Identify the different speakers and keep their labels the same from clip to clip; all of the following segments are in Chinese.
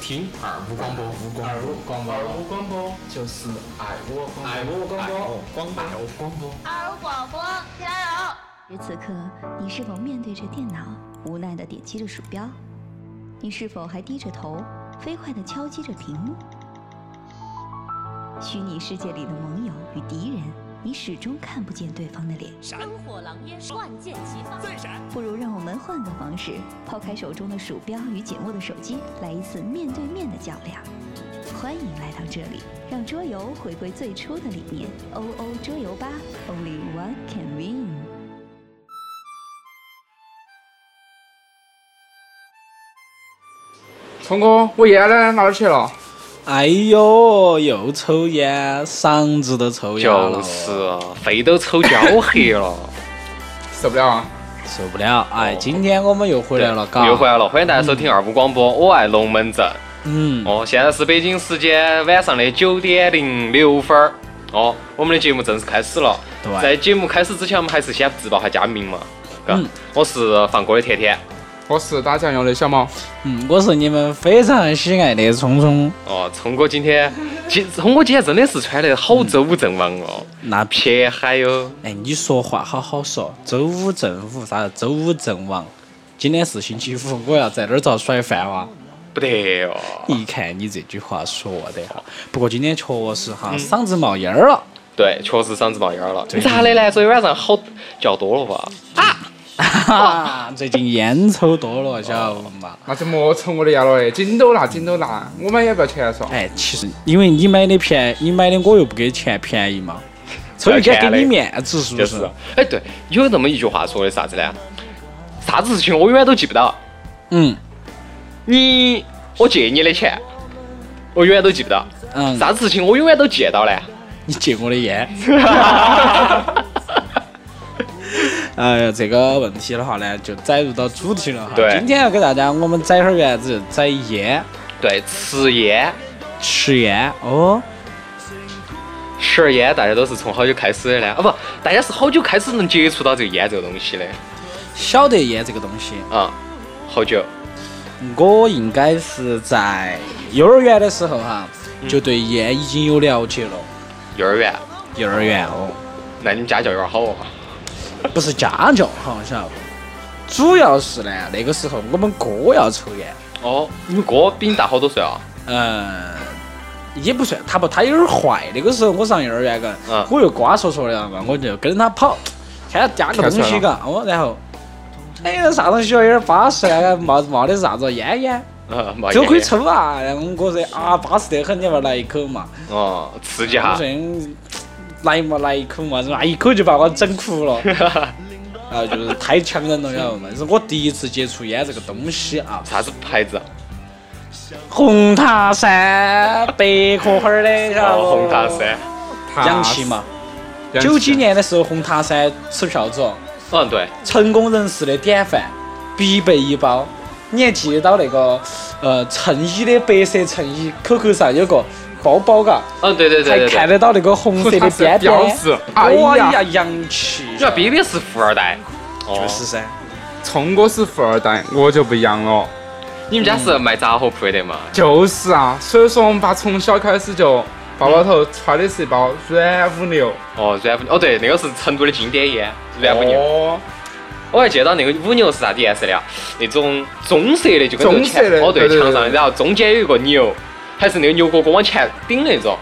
Speaker 1: 听耳无光波，无
Speaker 2: 耳无光波，
Speaker 1: 耳无光波，
Speaker 2: 就是爱我光
Speaker 1: 耳无光波，光波，耳无光波。
Speaker 3: 二五广播，加油！
Speaker 4: 而此刻，你是否面对着电脑，无奈地点击着鼠标？你是否还低着头，飞快地敲击着屏幕？虚拟世界里的盟友与敌人，你始终看不见对方的脸。
Speaker 5: 灯火狼烟，万箭齐发。
Speaker 4: 不如让我们换个方式，抛开手中的鼠标与紧握的手机，来一次面对面的较量。欢迎来到这里，让桌游回归最初的理念。O O 桌游吧，Only One Can Win。
Speaker 6: 聪哥，我烟呢？哪儿去了？
Speaker 7: 哎呦，又抽烟，嗓子都抽烟了，
Speaker 8: 就是肺都抽焦黑了，
Speaker 6: 受不了啊！
Speaker 7: 受不了。哎，今天我们又回来了，嘎，
Speaker 8: 又回来了，欢迎大家收听二五广播，我爱龙门阵。
Speaker 7: 嗯，
Speaker 8: 哦，现在是北京时间晚上的九点零六分儿。哦，我们的节目正式开始了。
Speaker 7: 对
Speaker 8: 在节目开始之前，我们还是先自报下家名嘛。嘎
Speaker 7: 嗯，
Speaker 8: 我是放歌的甜甜。
Speaker 6: 我是打酱油的小毛，
Speaker 7: 嗯，我是你们非常喜爱的聪聪，
Speaker 8: 哦，聪哥今天， 今聪哥今天真的是穿得好周武正王哦，
Speaker 7: 那屁，
Speaker 8: 撇嗨哟。
Speaker 7: 哎，你说话好好说，周五正午啥？周五正王，今天是星期五，我要在那儿遭甩饭哇！
Speaker 8: 不得哦，
Speaker 7: 一看你这句话说得好，不过今天确实
Speaker 8: 嗯
Speaker 7: 哈，嗓子冒烟儿了。
Speaker 8: 对，确实嗓子冒烟儿了。
Speaker 7: 对
Speaker 8: 你咋的呢？昨天晚上好叫多了吧？
Speaker 7: 哈，最近烟抽多了，晓得嘛？
Speaker 6: 那就莫抽我的烟了哎，紧都拿，紧都拿，我买也不要钱嗦。
Speaker 7: 哎，其实因为你买的便宜，你买的我又不给钱，便宜嘛，抽一根给你面子，是不？
Speaker 8: 啊就是是，哎，对，有那么一句话说的啥子呢？啥子事情我永远都记不到，
Speaker 7: 嗯
Speaker 8: 你我借你的钱，我永远都记不到，
Speaker 7: 嗯，
Speaker 8: 啥子事情我永远都记得到呢？
Speaker 7: 你借我的 烟。哎呀，这个问题的话呢，就载入到主题了哈。
Speaker 8: 对
Speaker 7: 今天要给大家我们摘会儿园子，摘烟，
Speaker 8: 对，吃烟，
Speaker 7: 吃烟哦。
Speaker 8: 吃烟，大家都是从好久开始的呢？啊，不，大家是好久开始能接触到这个烟这个东西的
Speaker 7: 晓得烟这个东西，
Speaker 8: 啊、好久？
Speaker 7: 我应该是在幼儿园的时候哈，
Speaker 8: 嗯
Speaker 7: 就对烟已经有了解了。
Speaker 8: 幼儿园？
Speaker 7: 幼儿园哦。
Speaker 8: 那你们家教有点好哦。
Speaker 7: 不是家教，好像晓得不？主要是呢，那个时候我们哥要抽烟，
Speaker 8: 哦，你们哥比你大好多岁啊？
Speaker 7: 呃，也不算，他不，他有点坏。那个时候我上幼儿园嘎，
Speaker 8: 嗯
Speaker 7: 我又瓜戳戳的嘛，我就跟着他跑，看他夹个东西嘎，哦，然后，哎呀，啥东西啊，有点巴适啊，冒冒的是啥子烟烟，
Speaker 8: 啊，没
Speaker 7: 这个可以
Speaker 8: 烟
Speaker 7: 抽啊。然后我哥说啊，巴适得很，你要不要来一口嘛？
Speaker 8: 哦，刺激
Speaker 7: 我
Speaker 8: 哈
Speaker 7: 说。嗯来嘛来一口嘛，是吧？啊一口就把我整哭了。然后啊就是太强人了，晓得嘛？是我第一次接触烟这个东西啊，
Speaker 8: 啥子牌子？
Speaker 7: 红塔山白壳花儿的，晓得不
Speaker 8: 哦，红塔，山。啊
Speaker 7: 洋气嘛。
Speaker 6: 洋气？
Speaker 7: 九几年的时候，红塔山吃票子，哦
Speaker 8: 嗯，对，
Speaker 7: 成功人士的典范，必备一包。你还记得到那个呃衬衣的白色衬衣口口上有个包包嘎，
Speaker 8: 嗯，对对对
Speaker 7: 还
Speaker 8: 对
Speaker 7: 看
Speaker 8: 对。
Speaker 7: 得到那个红色的边边。
Speaker 6: 标志。
Speaker 7: 哎
Speaker 6: 哎
Speaker 7: 呀，
Speaker 6: 呀，
Speaker 7: 洋气！
Speaker 8: 主要 B B 是富二代。哦，
Speaker 7: 是噻，
Speaker 6: 聪哥是富二代，我就不一样了。
Speaker 8: 你们家是卖杂货铺的嘛？
Speaker 6: 就是啊，所以说我们爸从小开始就包包头揣的是一包软五牛，
Speaker 8: 哦，软不哦对，那个是成都的经典烟，软不牛。
Speaker 6: 哦，
Speaker 8: 我还记得那个五牛是啥子颜色的啊？那种棕色的，就跟这个
Speaker 6: 棕色的
Speaker 8: 墙哦对，
Speaker 6: 对对对
Speaker 8: 墙上的，然后中间有一个牛，还是那个牛哥哥往前顶那种。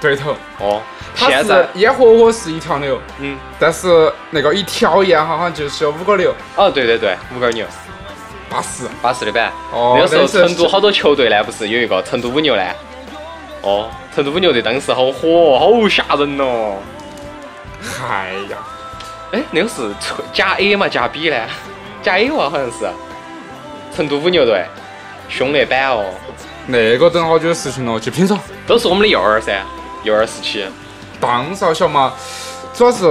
Speaker 6: 对头，
Speaker 8: 哦，
Speaker 6: 它
Speaker 8: 现
Speaker 6: 是
Speaker 8: 在
Speaker 6: 烟火火是一条牛，
Speaker 8: 嗯，
Speaker 6: 但是那个一条烟好像就是五个牛，
Speaker 8: 哦对对对，五个牛，
Speaker 6: 八十。
Speaker 8: 巴适的板。
Speaker 6: 哦
Speaker 8: 那个时候
Speaker 6: 那是
Speaker 8: 成都好多球队呢，不是有一个成都五牛呢？哦，成都五牛队当时好火哦，好吓人哦。
Speaker 6: 嗨呀，
Speaker 8: 哎，那个是纯加 A 嘛，加 B 呢？ 加 A 哇，好像是成都五牛队，凶那板哦，
Speaker 6: 那个等好久的事情了，去拼手。
Speaker 8: 都是我们的幼儿噻，幼儿时期，
Speaker 6: 当时晓得嘛，主要是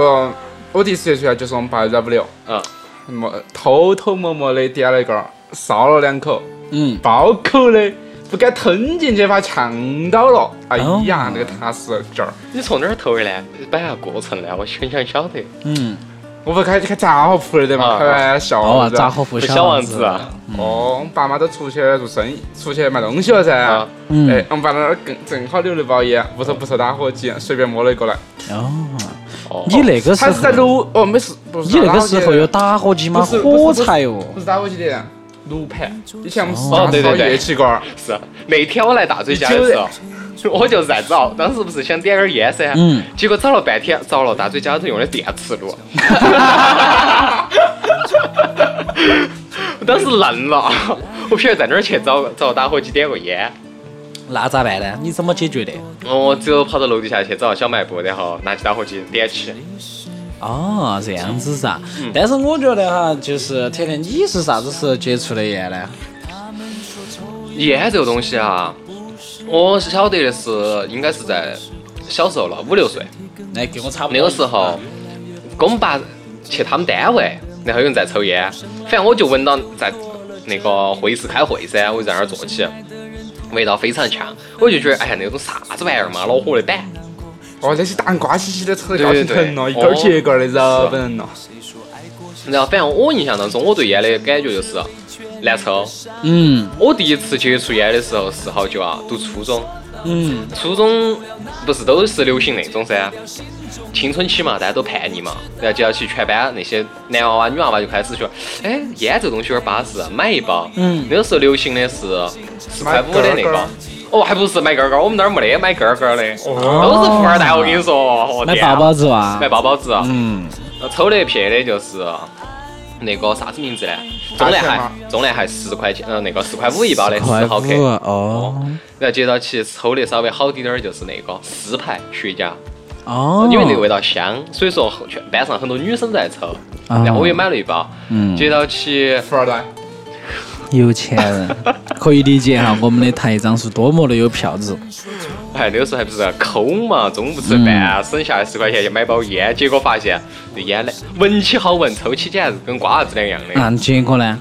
Speaker 6: 我第一次接触啊，就是我们爸在五六，
Speaker 8: 嗯，
Speaker 6: 么偷偷摸摸的点了一根儿，烧了两口，
Speaker 7: 嗯，
Speaker 6: 爆口的，不敢吞进去，怕呛到了。哎呀
Speaker 7: 哦，
Speaker 6: 那个踏实劲儿，
Speaker 8: 你从哪儿投的呢？摆下过程呢，我很想晓得。
Speaker 7: 嗯，
Speaker 6: 我不开开杂货铺了的嘛，
Speaker 8: 啊
Speaker 6: 开玩笑
Speaker 7: 哦
Speaker 6: 嘛
Speaker 7: 啊，
Speaker 6: 是吧
Speaker 7: 杂货铺
Speaker 8: 小
Speaker 7: 王
Speaker 8: 王子啊，
Speaker 6: 哦，我爸妈都出去做生意，出去买东西了噻。
Speaker 8: 啊
Speaker 7: 嗯
Speaker 6: 哎，我们爸那儿更正好留了包烟，屋头不抽打火机，随便摸了一个来。
Speaker 7: 哦，
Speaker 8: 哦，
Speaker 7: 你那个时
Speaker 6: 他是在
Speaker 7: 候，
Speaker 6: 楼哦，没事，不是
Speaker 7: 你那个时候有哦
Speaker 6: 打火机的
Speaker 7: 打
Speaker 6: 不
Speaker 7: 火机吗？
Speaker 6: 是不是
Speaker 7: 火柴哟，
Speaker 6: 不是打火机的，炉盘。以前我们是
Speaker 8: 哦对对
Speaker 6: 烧
Speaker 8: 对
Speaker 6: 夜气罐儿，
Speaker 8: 是那天我来大嘴家的时候， 我就是在找，当时不是想点根烟噻，
Speaker 7: 嗯
Speaker 8: 结果找了半天，找了大嘴家都用的电磁炉，我当时愣了，我不晓得在哪儿去找找打火机点个烟，
Speaker 7: 那咋办呢？你怎么解决的？
Speaker 8: 我只有跑到楼底下去找小卖部，然后拿起打火机点起，
Speaker 7: 哦，这样子噻。
Speaker 6: 嗯
Speaker 7: 但是我觉得哈，就是甜甜，你是啥子时候接触的烟呢？
Speaker 8: 烟这个东西啊，我晓得的是应该是在小时候了，五六岁。
Speaker 7: 来，跟我差不多。
Speaker 8: 那个时候，跟我们爸去他们单位，然后有人在抽烟，反正我就闻到在那个会议室开会噻，我就在那儿坐起，味道非常强，我就觉得哎呀那种啥子玩意儿嘛，恼火的板。
Speaker 6: 哦，那些大人瓜兮兮的抽得
Speaker 8: 对
Speaker 6: 高兴
Speaker 8: 对哦
Speaker 6: 疼了，
Speaker 8: 对
Speaker 6: 一根儿接一根儿的，饶不人了。
Speaker 8: 然后反正我印象当中，我对烟的感觉就是难抽。
Speaker 7: 嗯
Speaker 8: 我第一次接触烟的时候是好久啊，读初中，
Speaker 7: 嗯，
Speaker 8: 初中不是都是流行那种噻，青春期嘛，大家都叛逆嘛，然后就要去全班那些男娃娃、女娃娃就开始说，哎，烟这个东西有点巴适，买一包。
Speaker 7: 嗯
Speaker 8: 那个时候流行的是十块五
Speaker 6: 买
Speaker 8: 的那
Speaker 6: 根儿根
Speaker 8: 个
Speaker 6: 儿。
Speaker 8: 哦，还不是买根儿根儿，我们那儿没得买根儿根儿的，都是富二代。我跟你说，我
Speaker 7: 买
Speaker 8: 天啊
Speaker 7: 包包子哇
Speaker 8: 买。包包子啊，
Speaker 7: 嗯，
Speaker 8: 抽了一撇的就是那个啥子名字呢？中南
Speaker 6: 大
Speaker 8: 海
Speaker 6: 钱吗，
Speaker 8: 中南海十块钱，呃，那个十块五一包的，
Speaker 7: 块
Speaker 8: 十毫克。
Speaker 7: 五哦
Speaker 8: 然后接到起抽的稍微好滴点儿，就是那个四牌雪茄，
Speaker 7: 哦，
Speaker 8: 因为那个味道香，所以说后全班上很多女生在抽，
Speaker 7: 哦
Speaker 8: 然后我也买了一包。
Speaker 7: 嗯
Speaker 8: 接到起
Speaker 6: 富二代，
Speaker 7: 有钱人 可以理解哈，我们的台长是多么的有票子。
Speaker 8: 哎，那个时候还不是抠嘛，中午不吃饭，
Speaker 7: 嗯
Speaker 8: 省下来十块钱去买包烟，结果发现这烟呢，闻起好闻，抽起简直跟瓜子两样的。
Speaker 7: 那结果呢？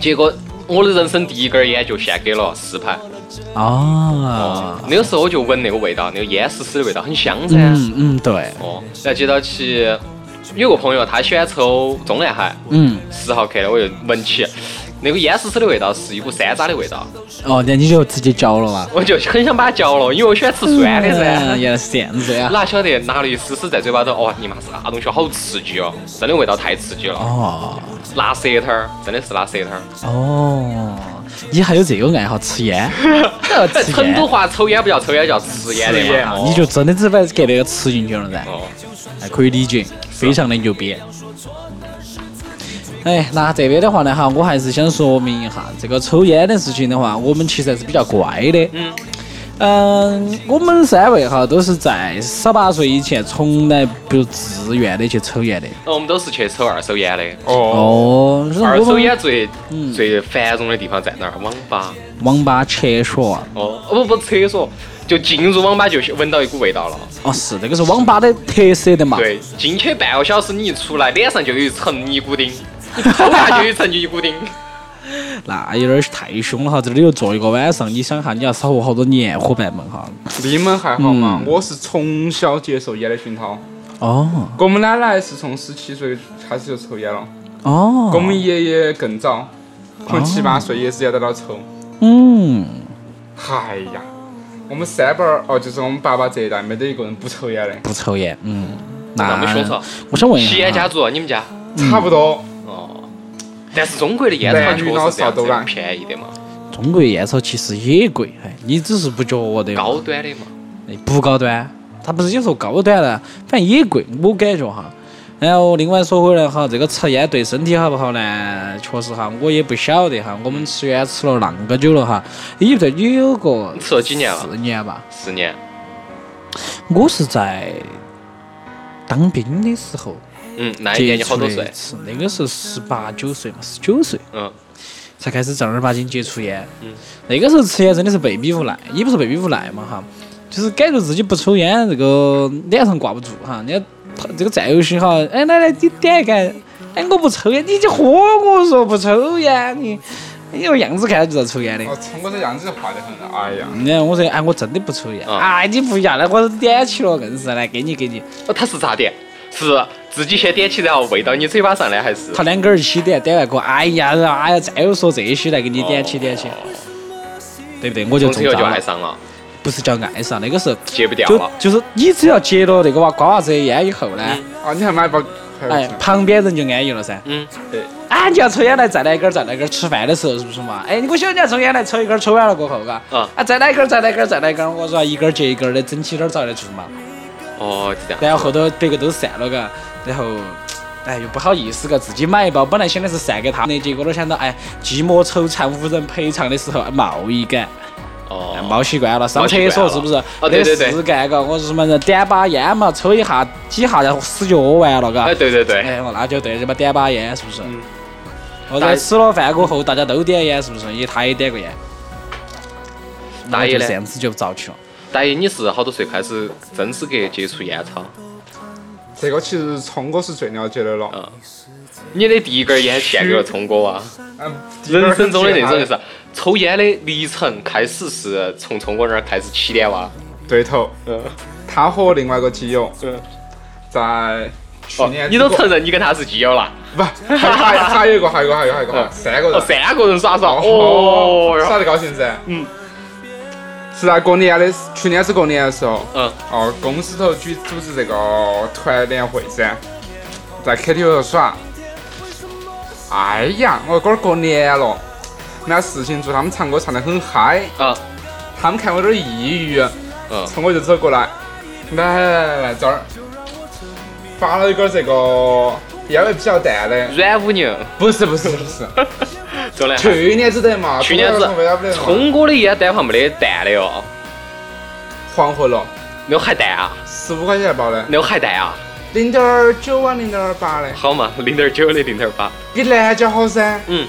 Speaker 8: 结果我的人生第一根烟就献给了四牌。
Speaker 7: 哦，
Speaker 8: 啊那个时候我就闻那个味道，那个烟丝丝的味道很香噻。
Speaker 7: 嗯嗯，对，
Speaker 8: 哦，然后接到起有个朋友他喜欢抽中南海，
Speaker 7: 嗯，
Speaker 8: 十毫克的，我就闻起那个烟丝丝的味道是一股山楂的味道，
Speaker 7: 哦，那你就直接嚼了哇。
Speaker 8: 我就 很想把它嚼了，因为我喜欢吃酸的
Speaker 7: 嗯
Speaker 8: 噻。
Speaker 7: 原来是这样子啊呀。
Speaker 8: 哪晓得拿了一丝丝在嘴巴头，哇、你妈是啥东西，好刺激哦！真的味道太刺激了，
Speaker 7: 哦
Speaker 8: 辣舌头儿，真的是辣舌头儿。
Speaker 7: 哦，你还有这个爱好，吃烟？哦
Speaker 8: 在
Speaker 7: 吃
Speaker 8: 成都
Speaker 7: 烟。
Speaker 8: 话抽烟不叫抽烟，叫吃烟
Speaker 6: 吃
Speaker 8: 的
Speaker 6: 烟
Speaker 8: 嘛。
Speaker 7: 你
Speaker 8: 哦
Speaker 7: 就真的只把给那个吃进去了噻，
Speaker 8: 哦，
Speaker 7: 还可以理解，非常的牛逼。哎，那这边的话呢，哈，我还是想说明一下，这个抽烟的事情的话，我们其实还是比较乖的。
Speaker 8: 嗯，
Speaker 7: 嗯，我们三位哈都是在十八岁以前从来不自愿的去抽烟的。
Speaker 8: 那我们都是去抽二手烟的。
Speaker 6: 哦，
Speaker 7: 哦，然
Speaker 8: 二
Speaker 7: 后我
Speaker 8: 手
Speaker 7: 们
Speaker 8: 烟最、
Speaker 7: 嗯
Speaker 8: 最繁荣的地方在哪儿？网吧。
Speaker 7: 网吧、厕所，
Speaker 8: 哦，哦不不，厕所。就进入网吧就闻到一股味道了。
Speaker 7: 哦是，这个是网吧的特色的嘛。
Speaker 8: 对，进去半个小时，你一出来，脸上就有一层尼古丁， 你头发就有一层尼古丁。
Speaker 7: 那有点儿太凶了哈，这里又坐一个晚上，你想哈，你要少活好多年，伙伴们哈。
Speaker 6: 你们还好吗？
Speaker 7: 嗯
Speaker 6: 我是从小接受烟的熏陶，
Speaker 7: 哦
Speaker 6: 我们奶奶是从十七岁开始就抽烟了，
Speaker 7: 哦，
Speaker 6: 我们爷爷更早，可能七八岁也是要在那抽。
Speaker 7: 嗯，
Speaker 6: 哎呀，我们三辈儿哦，就是我们爸爸这一代没得一个人不抽烟的，
Speaker 7: 不抽烟，嗯，
Speaker 8: 那么凶嗦
Speaker 7: 那我想问一
Speaker 8: 吸烟
Speaker 7: 下
Speaker 8: 家
Speaker 7: 哈，
Speaker 8: 族，你们家？
Speaker 6: 差不多。
Speaker 7: 嗯
Speaker 8: 哦。但是中国的烟草确实是这样子的便宜的嘛，
Speaker 7: 中国烟草其实也贵，哎，你只是不觉得嘛
Speaker 8: 高端的嘛。
Speaker 7: 哎不高端，它不是有时候高端了，反正也贵，我感觉哈。然后另外说回来哈，这个抽烟对身体好不好呢？确实哈，我也不晓得哈。我们吃烟吃了那个久了哈，也不对，也有个
Speaker 8: 你吃了几年了
Speaker 7: 四年吧。
Speaker 8: 十年，
Speaker 7: 我是在当兵的时候
Speaker 8: 嗯，那一年
Speaker 7: 接
Speaker 8: 你
Speaker 7: 触
Speaker 8: 好多
Speaker 7: 的
Speaker 8: 岁？
Speaker 7: 次，那个时候十八九岁嘛，十九岁
Speaker 8: 嗯，
Speaker 7: 才开始正儿八经接触烟。
Speaker 8: 嗯
Speaker 7: 那个时候吃烟真的是被逼无奈，也不是被逼无奈嘛哈，就是感觉自己不抽烟，这个脸上挂不住哈。人家他这个战友些哈，哎奶奶你点一根，哎我不抽烟，你就喝我说不抽烟你，你这个样子看着就在抽烟的。
Speaker 6: 哦，从我这样子坏得很，哎呀，
Speaker 7: 然后我说哎我真的不抽烟，
Speaker 8: 啊
Speaker 7: 哎你不要了，我点起了硬是来给你给你。
Speaker 8: 哦，他是咋的？是自己先点起，然后喂到你嘴巴上呢，还是
Speaker 7: 他两个儿一起点，点完过，哎呀，然后哎呀，再又说这些来给你点起点起，对不对？我就中
Speaker 8: 哦从此以后就
Speaker 7: 招了
Speaker 8: 爱，上了，
Speaker 7: 不是叫爱上，那个是
Speaker 8: 戒不掉
Speaker 7: 就
Speaker 8: 了。
Speaker 7: 就是你只要戒了那个娃瓜娃子的烟以后呢，
Speaker 6: 啊，你还买包？还有
Speaker 7: 哎，旁边人就安逸了噻。
Speaker 8: 嗯，对，
Speaker 7: 啊，你要抽烟来，再来一根儿，再来一根儿。吃饭的时候是不是嘛？哎，我晓得你要抽烟来，抽一根儿，抽完了过后，嘎，
Speaker 8: 嗯
Speaker 7: 啊，再来一根儿，再来一根儿，再来一根儿。我说一根儿接一根儿的，整起点儿遭得住嘛。
Speaker 8: 哦，就这样。
Speaker 7: 然后后头别个都散了，嘎，然后。哎，又不好意思，嘎，自己买一包，本来想的是散给他们的，结果都想到，哎，寂寞惆怅无人陪唱的时候，贸易感，哎
Speaker 8: 哦，
Speaker 7: 猫习惯了，上厕所是不是？
Speaker 8: 哦对对对
Speaker 7: 是干嘎，我说什么人点把烟嘛，抽一下几下，然后屎就屙完了，嘎。
Speaker 8: 哎，对对对，
Speaker 7: 哎，我那就对，这么点把烟是不是？
Speaker 8: 嗯
Speaker 7: 或者吃了饭过后，大家都点烟是不是？也他也点个烟，然
Speaker 8: 大
Speaker 7: 后
Speaker 8: 爷
Speaker 7: 就
Speaker 8: 呢
Speaker 7: 这样子就遭去了。
Speaker 8: 大爷，你是好多岁开始正式格接触烟草？
Speaker 6: 这个其实聪哥是最了解的了。
Speaker 8: 嗯，你的第一根烟献给了聪哥啊！
Speaker 6: 嗯，
Speaker 8: 人生中的那种就是 抽烟的历程，开始是从聪哥那儿开始起的哇。
Speaker 6: 对头。
Speaker 8: 嗯，
Speaker 6: 他和另外一个基友
Speaker 8: 嗯，
Speaker 6: 在去
Speaker 8: 哦
Speaker 6: 年，
Speaker 8: 你都承认你跟他是基友了？
Speaker 6: 不？还还还有一个，还有一个，还有一个还有一个，
Speaker 8: 嗯
Speaker 6: 三个
Speaker 8: 哦，
Speaker 6: 人。
Speaker 8: 三个人耍耍，哦
Speaker 6: 哦，，
Speaker 8: 哟
Speaker 6: 耍得高兴噻。
Speaker 8: 嗯。
Speaker 6: 是在过年的，去年是过年的时候，
Speaker 8: 嗯，
Speaker 6: 哦，公司头举组织这个团联会噻，在 KTV 头耍。哎呀，我哥儿过年了，没事情做，他们唱歌唱得很嗨，
Speaker 8: 啊，
Speaker 6: 他们看我有点抑郁，
Speaker 8: 嗯，
Speaker 6: 冲我就走过来，来来来来这儿，发了一根这个烟味比较淡的，
Speaker 8: 软五牛，
Speaker 6: 不是不是不 是，
Speaker 8: 真的。
Speaker 6: 去年子得嘛，
Speaker 8: 去年
Speaker 6: 不然为啥不
Speaker 8: 子
Speaker 6: 得嘛
Speaker 8: 聪哥的烟单旁没得淡的哟，
Speaker 6: 黄鹤楼
Speaker 8: 没有海带啊，
Speaker 6: 十五块钱一包的，
Speaker 8: 没有海带啊，
Speaker 6: 零点九啊零点八的，
Speaker 8: 好嘛，零点九的零点八，
Speaker 6: 比南椒好噻
Speaker 8: 嗯，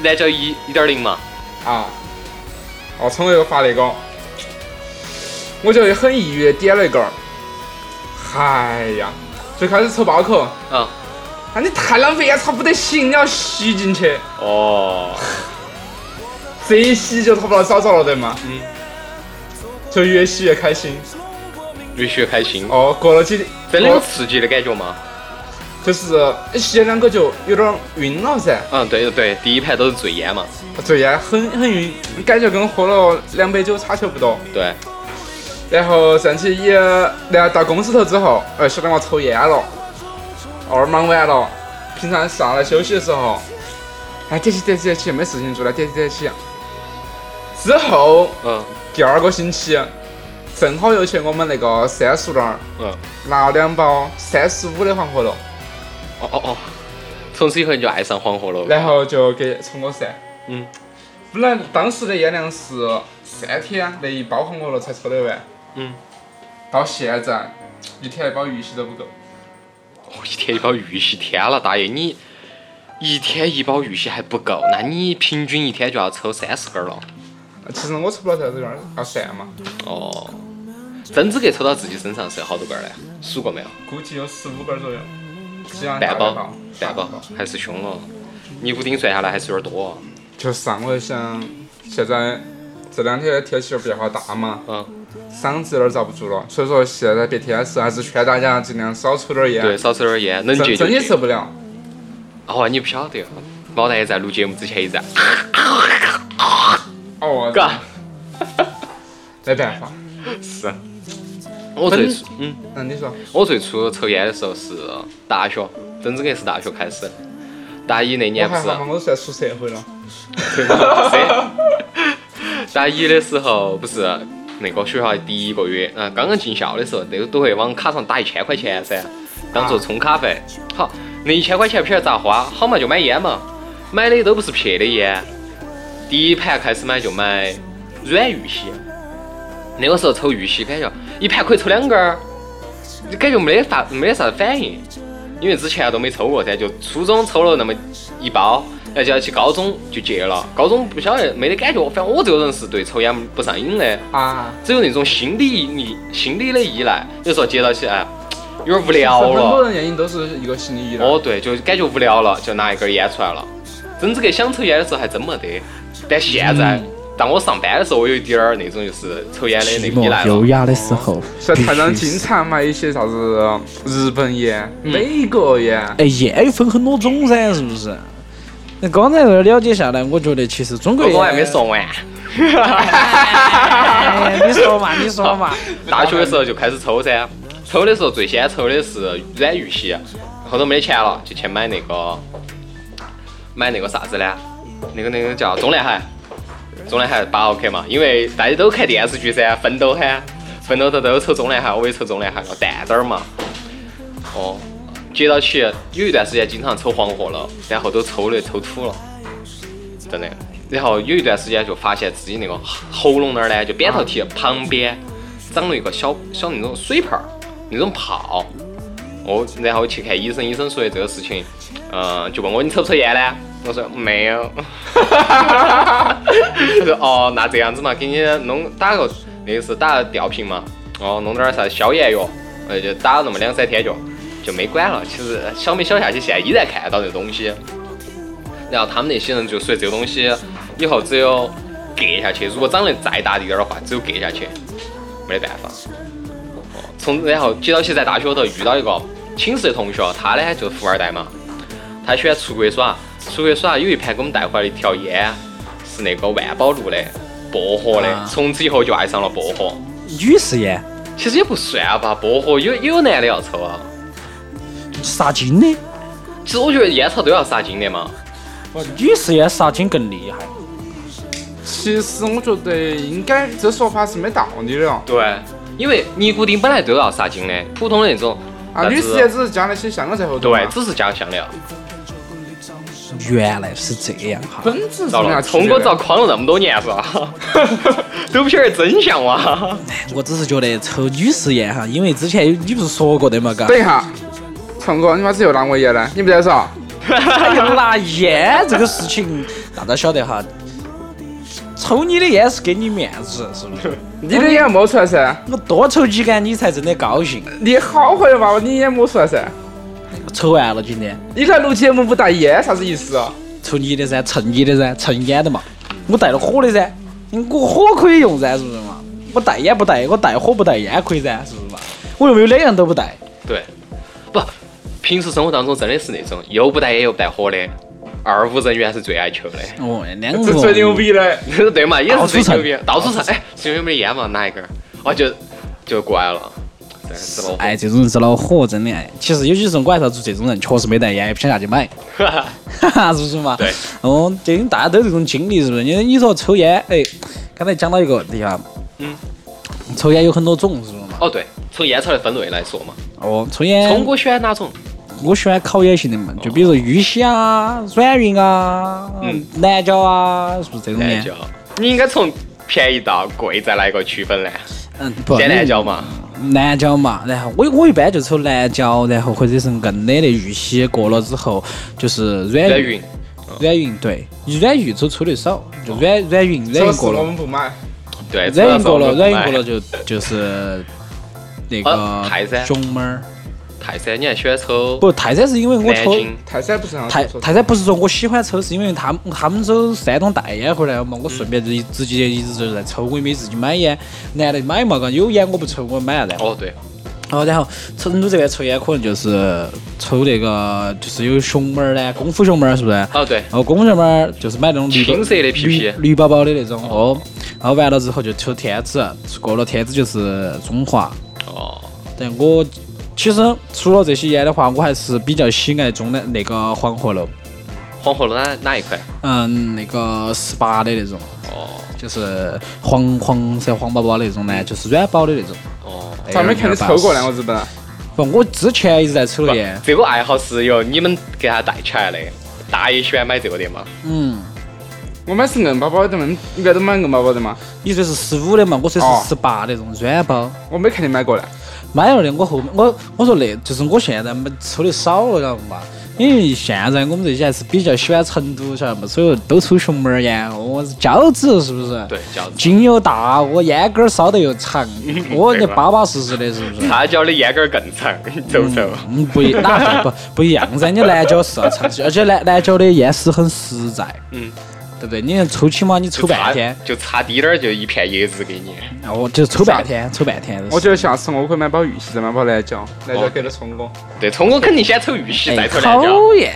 Speaker 8: 南椒一一点零嘛，
Speaker 6: 啊！哦，冲我又发了一个，我就很抑郁，点了一根儿，哎呀，最开始抽包口，
Speaker 8: 啊，
Speaker 6: 啊你太浪费烟草不得行，你要吸进去。
Speaker 8: 哦，
Speaker 6: 这一吸就他不了找着了的嘛，
Speaker 8: 嗯，
Speaker 6: 就越吸越开心。
Speaker 8: 越学开心，
Speaker 6: 哦，过了几天，
Speaker 8: 真的有
Speaker 6: 过
Speaker 8: 刺激的感觉吗？
Speaker 6: 就是吸了两个就有点晕了噻，
Speaker 8: 嗯，对对，第一排都是醉烟嘛，
Speaker 6: 对呀，很很晕，感觉跟喝了两杯酒差球不多。
Speaker 8: 对，
Speaker 6: 然后上去呃也，然后到公司头之后，呃，晓得我抽烟了，偶尔忙完了，平常上来休息的时候，哎，点起点起点起，没事情做了，点起点起。之后
Speaker 8: 嗯
Speaker 6: 第二个星期，正好又去我们那个三叔那儿
Speaker 8: 嗯，
Speaker 6: 拿了两包三十五的黄鹤楼，
Speaker 8: 哦哦哦，从此以后你就爱上黄鹤楼，
Speaker 6: 然后就给冲我噻。
Speaker 8: 嗯，
Speaker 6: 本来当时的烟量是三天那一包黄鹤楼才抽得完，
Speaker 8: 嗯，
Speaker 6: 到现在一天一包玉溪都不够。
Speaker 8: 哦一天一包玉溪，天了，大爷你。一天一包玉溪还不够，那你平均一天就要抽三十根儿了。
Speaker 6: 其实我抽不了三十根儿，要算嘛，
Speaker 8: 哦，真资格抽到自己身上是有好多根儿嘞，数过没有？
Speaker 6: 估计有十五根儿左右。基本上大
Speaker 8: 蛋
Speaker 6: 概
Speaker 8: 包
Speaker 6: 吧，
Speaker 8: 蛋包还是凶了，尼古丁算下来还是有点多。啊
Speaker 6: 就是上我就想，现在这两天天气又变化大嘛，
Speaker 8: 嗯，
Speaker 6: 嗓子有点遭不住了，所以说现在白天的时候还是劝大家尽量少抽点儿烟。
Speaker 8: 对，啊少抽点烟，能
Speaker 6: 真
Speaker 8: 戒就
Speaker 6: 真的受
Speaker 8: 戒。
Speaker 6: 不了。
Speaker 8: 哦，你不晓得，毛大爷在录节目之前一直在，
Speaker 6: 哦，
Speaker 8: 嘎，
Speaker 6: 没办法。啊
Speaker 8: 是。我最初，嗯，
Speaker 6: 那你说，
Speaker 8: 我最初抽烟的时候是大学，真资格是大学开始。大一那
Speaker 6: 我
Speaker 8: 年不
Speaker 6: 还
Speaker 8: 是
Speaker 6: 好嘛，我都算出社会了。
Speaker 8: 大一的时候不是那个学校第一个月，嗯、刚刚进校的时候，都都会往卡上打一千块钱噻，当做充卡费。好，那一千块钱不晓得咋花，好嘛就买烟嘛，买的都不是撇的烟，第一盘开始买就买软玉溪，那个时候抽玉溪感觉一盘可以抽两根儿，就感觉没得反没得啥子反应，因为之前啊都没抽过噻，就初中抽了那么一包，然后就要去高中就戒了。高中不晓得没得感觉，反正我这个人是对抽烟不上瘾的，
Speaker 6: 啊，
Speaker 8: 只有那种心理依心理的依赖，有时候戒到起哎，有点无聊
Speaker 6: 很多
Speaker 8: 了。
Speaker 6: 人原因都是一个心理依赖。
Speaker 8: 哦，对，就感觉无
Speaker 6: 嗯
Speaker 8: 聊了，就拿一根烟出来了。真正个想抽烟的时候还真没得，但现在当我上班的时候，我有一点儿那种就是抽烟的那个依赖了。
Speaker 7: 雅的时候，
Speaker 6: 在台上经常买一些啥子日本烟、
Speaker 8: 嗯
Speaker 6: 美国烟，
Speaker 7: 哎，烟又分很多种噻，是不是？那刚才这了解下来，我觉得其实中国
Speaker 8: 我
Speaker 7: 烟
Speaker 8: 我还没说完，
Speaker 7: 哎你说 嘛，你说嘛，
Speaker 8: 大学的时候就开始抽噻，抽的时候最先抽的是软玉溪，后头没得钱了，就去买那个买那个啥子呢？那个那个叫中南海，中南海八号克嘛，因为大家都看电视剧噻，奋斗喊，奋斗头都抽中南海，我也抽中南海了，蛋蛋儿嘛。哦，接到起有一段时间经常抽黄河了，然后都抽的抽吐了，真的。然后有一段时间就发现自己那个喉咙那儿呢，就扁桃体旁边长了一个小小那种水泡儿，那种泡。哦，然后去看医生，医生说的这个事情，嗯、就问我你抽不抽烟呢？我说没有。 他说哦，那这样子嘛，给你弄打个那个是打个吊瓶嘛，哦，弄点儿啥消炎药，呃，就打了那么两三天就就没管了。其实小没小下去，现在依然看得到这东西。然后他们那些人就说这个东西以后只有割下去，如果长得再大一点儿的话，只有割下去，没得办法。从然后接到起在大学头遇到一个寝室的同学，他呢就是富二代嘛，他喜欢出国耍，出国耍有一盘给我们带回来的一条烟，是那个万宝路的薄荷的，从此以后就爱上了薄荷。
Speaker 7: 女士烟，
Speaker 8: 其实也不算吧，薄荷有也有男的要抽啊。
Speaker 7: 杀精的，
Speaker 8: 其实我觉得烟草都要杀精的嘛，
Speaker 7: 不，女士烟杀精更厉害。
Speaker 6: 其实我觉得应该这说法是没道理的哦。
Speaker 8: 对，因为尼古丁本来都要杀精的，普通的那种
Speaker 6: 啊，
Speaker 8: 但
Speaker 6: 女
Speaker 8: 是
Speaker 6: 士也只是加了些香料在后头嘛。
Speaker 8: 对，只是加香料。
Speaker 7: 原来是这样哈，
Speaker 6: 本质
Speaker 8: 糟
Speaker 6: 上
Speaker 8: 了，
Speaker 6: 要
Speaker 8: 聪哥遭诓了那么多年是吧？ 都不晓得真相啊哇！
Speaker 7: 哎我只是觉得抽女士烟哈，因为之前有你不是说过的嘛，嘎，
Speaker 6: 等一下，聪哥，你妈子又拿我烟了，你不在说？
Speaker 7: 他又拿烟这个事情，大家晓得哈，抽你的烟是给你面子，是不是？
Speaker 6: 你的烟摸出来噻，
Speaker 7: 我多抽几杆你才真的高兴。
Speaker 6: 你好坏吧，你烟摸出来噻。
Speaker 7: 抽完了今天，
Speaker 6: 你来录节目不带烟，啥子意思啊？
Speaker 7: 抽你的噻，蹭你的噻，蹭烟的嘛。我带了火的噻，我火可以用噻，是不是嘛？我带烟不带，我带火不带烟可以噻，是不是嘛？我又没有两样都不带。
Speaker 8: 对，不，平时生活当中真的是那种又不带烟又不带火的，二五人员是最爱求的，
Speaker 7: 哦，两
Speaker 8: 嗯
Speaker 6: 这最牛。逼的，
Speaker 8: 对嘛，也
Speaker 7: 到
Speaker 8: 是
Speaker 7: 处
Speaker 8: 最
Speaker 7: 蹭
Speaker 8: 牛逼，到处蹭，哎，是因为没烟嘛，拿一根儿，我就就过来了，真的是老
Speaker 7: 哎，这种人是恼火，真的。哎其实有些时候我还是要做这种人，确实没带烟，也不想下去买， 哈哈，是不是嘛？
Speaker 8: 对。
Speaker 7: 哦，这种大家都有这种经历，是不是？你你说抽烟，哎，刚才讲到一个问题哈，
Speaker 8: 嗯，
Speaker 7: 抽烟有很多种，是不是嘛？
Speaker 8: 哦对，从烟草的分类来说嘛，
Speaker 7: 哦，抽烟，
Speaker 8: 聪哥喜欢哪种？
Speaker 7: 我喜欢烤烟型的嘛，就比如说玉溪啊、软云啊、
Speaker 8: 哦嗯
Speaker 7: 南郊啊，是不是这种
Speaker 8: 南
Speaker 7: 烟
Speaker 8: 椒？，你应该从便宜到贵再来一个区分呢，
Speaker 7: 嗯，不，
Speaker 8: 简南椒嘛，
Speaker 7: 南郊嘛，然后我我一般就抽南郊，然后或者是硬的那玉溪，过了之后就是
Speaker 8: 软
Speaker 7: 软
Speaker 8: 云，
Speaker 7: 软云，对，软玉抽抽的少，
Speaker 8: 哦
Speaker 7: 就软软云软
Speaker 6: 这
Speaker 7: 云
Speaker 6: 是
Speaker 7: 过
Speaker 6: 我
Speaker 7: 了，
Speaker 6: 们不买。
Speaker 8: 对，
Speaker 7: 软云过了，
Speaker 8: 主要
Speaker 7: 软
Speaker 8: 是
Speaker 7: 云
Speaker 8: 我
Speaker 7: 过
Speaker 8: 们不
Speaker 7: 了
Speaker 8: 买
Speaker 7: 就就是那
Speaker 8: 呃
Speaker 7: 个
Speaker 8: 泰山
Speaker 7: 熊猫儿，
Speaker 8: 泰山，你还喜欢抽
Speaker 7: 不泰山是因为我
Speaker 8: 南
Speaker 7: 抽。
Speaker 8: 京？
Speaker 6: 泰山不是
Speaker 8: 啊
Speaker 6: 让
Speaker 7: 泰
Speaker 6: 说
Speaker 7: 泰山不是说我喜欢抽，是因为他们他们抽山东带烟回来了嘛，我顺便就一直接一直就在抽，我也没自己买烟，男的买嘛，嘎有烟我不抽，我买啥子？
Speaker 8: 哦对，
Speaker 7: 哦，然后成都这边抽烟可能就是抽那个就是有熊猫儿呢，功夫熊猫儿是不是？
Speaker 8: 哦对，
Speaker 7: 哦，功夫熊猫儿就是买那种绿包
Speaker 8: 青色的皮皮
Speaker 7: 绿绿包包的那种哦，然后完了之后就抽天子，过了天子就是中华，
Speaker 8: 哦
Speaker 7: 但我其实除了这些烟的话，我还是比较喜爱中的那个黄鹤楼。
Speaker 8: 黄河路哪哪一块？
Speaker 7: 嗯，那个十八的那种，
Speaker 8: 哦
Speaker 7: 就是黄黄色黄包包那种呢，就是软包的那种。哎
Speaker 8: 哦。
Speaker 6: 咋没看你抽过呢？我日本。
Speaker 7: 不，我之前一直在抽
Speaker 8: 不
Speaker 7: 烟，
Speaker 8: 这个爱好是由你们给他带起来的。大爷喜欢买这个的嘛？
Speaker 7: 嗯，
Speaker 6: 我买是硬包包的嘛，一般都买硬包包的嘛。
Speaker 7: 你说是十五的嘛，我说
Speaker 6: 哦
Speaker 7: 是十八的那种软包。
Speaker 6: 我没看你买过呢。
Speaker 7: 买了的，我后面我我说那就是我现在没抽的少了，晓得嘛？因为现在我们这些还是比较喜欢成都，晓得嘛？所以都抽熊猫儿烟，我是胶子是不是？
Speaker 8: 对，叫
Speaker 7: 筋又大，我烟根儿烧得又长，我就巴巴适适的，是不是？
Speaker 8: 他椒的烟根儿更长，你走不走？
Speaker 7: 嗯，不一那不不不一样噻，你南椒是要长期，而且南南椒的烟丝很实在，
Speaker 8: 嗯，
Speaker 7: 对不对？你抽起码你抽半天，
Speaker 8: 就差滴点儿就一片椰子给你。
Speaker 7: 啊，我就抽半天，抽半天。
Speaker 6: 我觉得下次我可以买包玉溪，再买包南角，南角给了聪哥。
Speaker 8: 对，聪哥肯定先抽玉溪，再
Speaker 7: 哎，
Speaker 8: 抽南角。
Speaker 7: 讨 厌。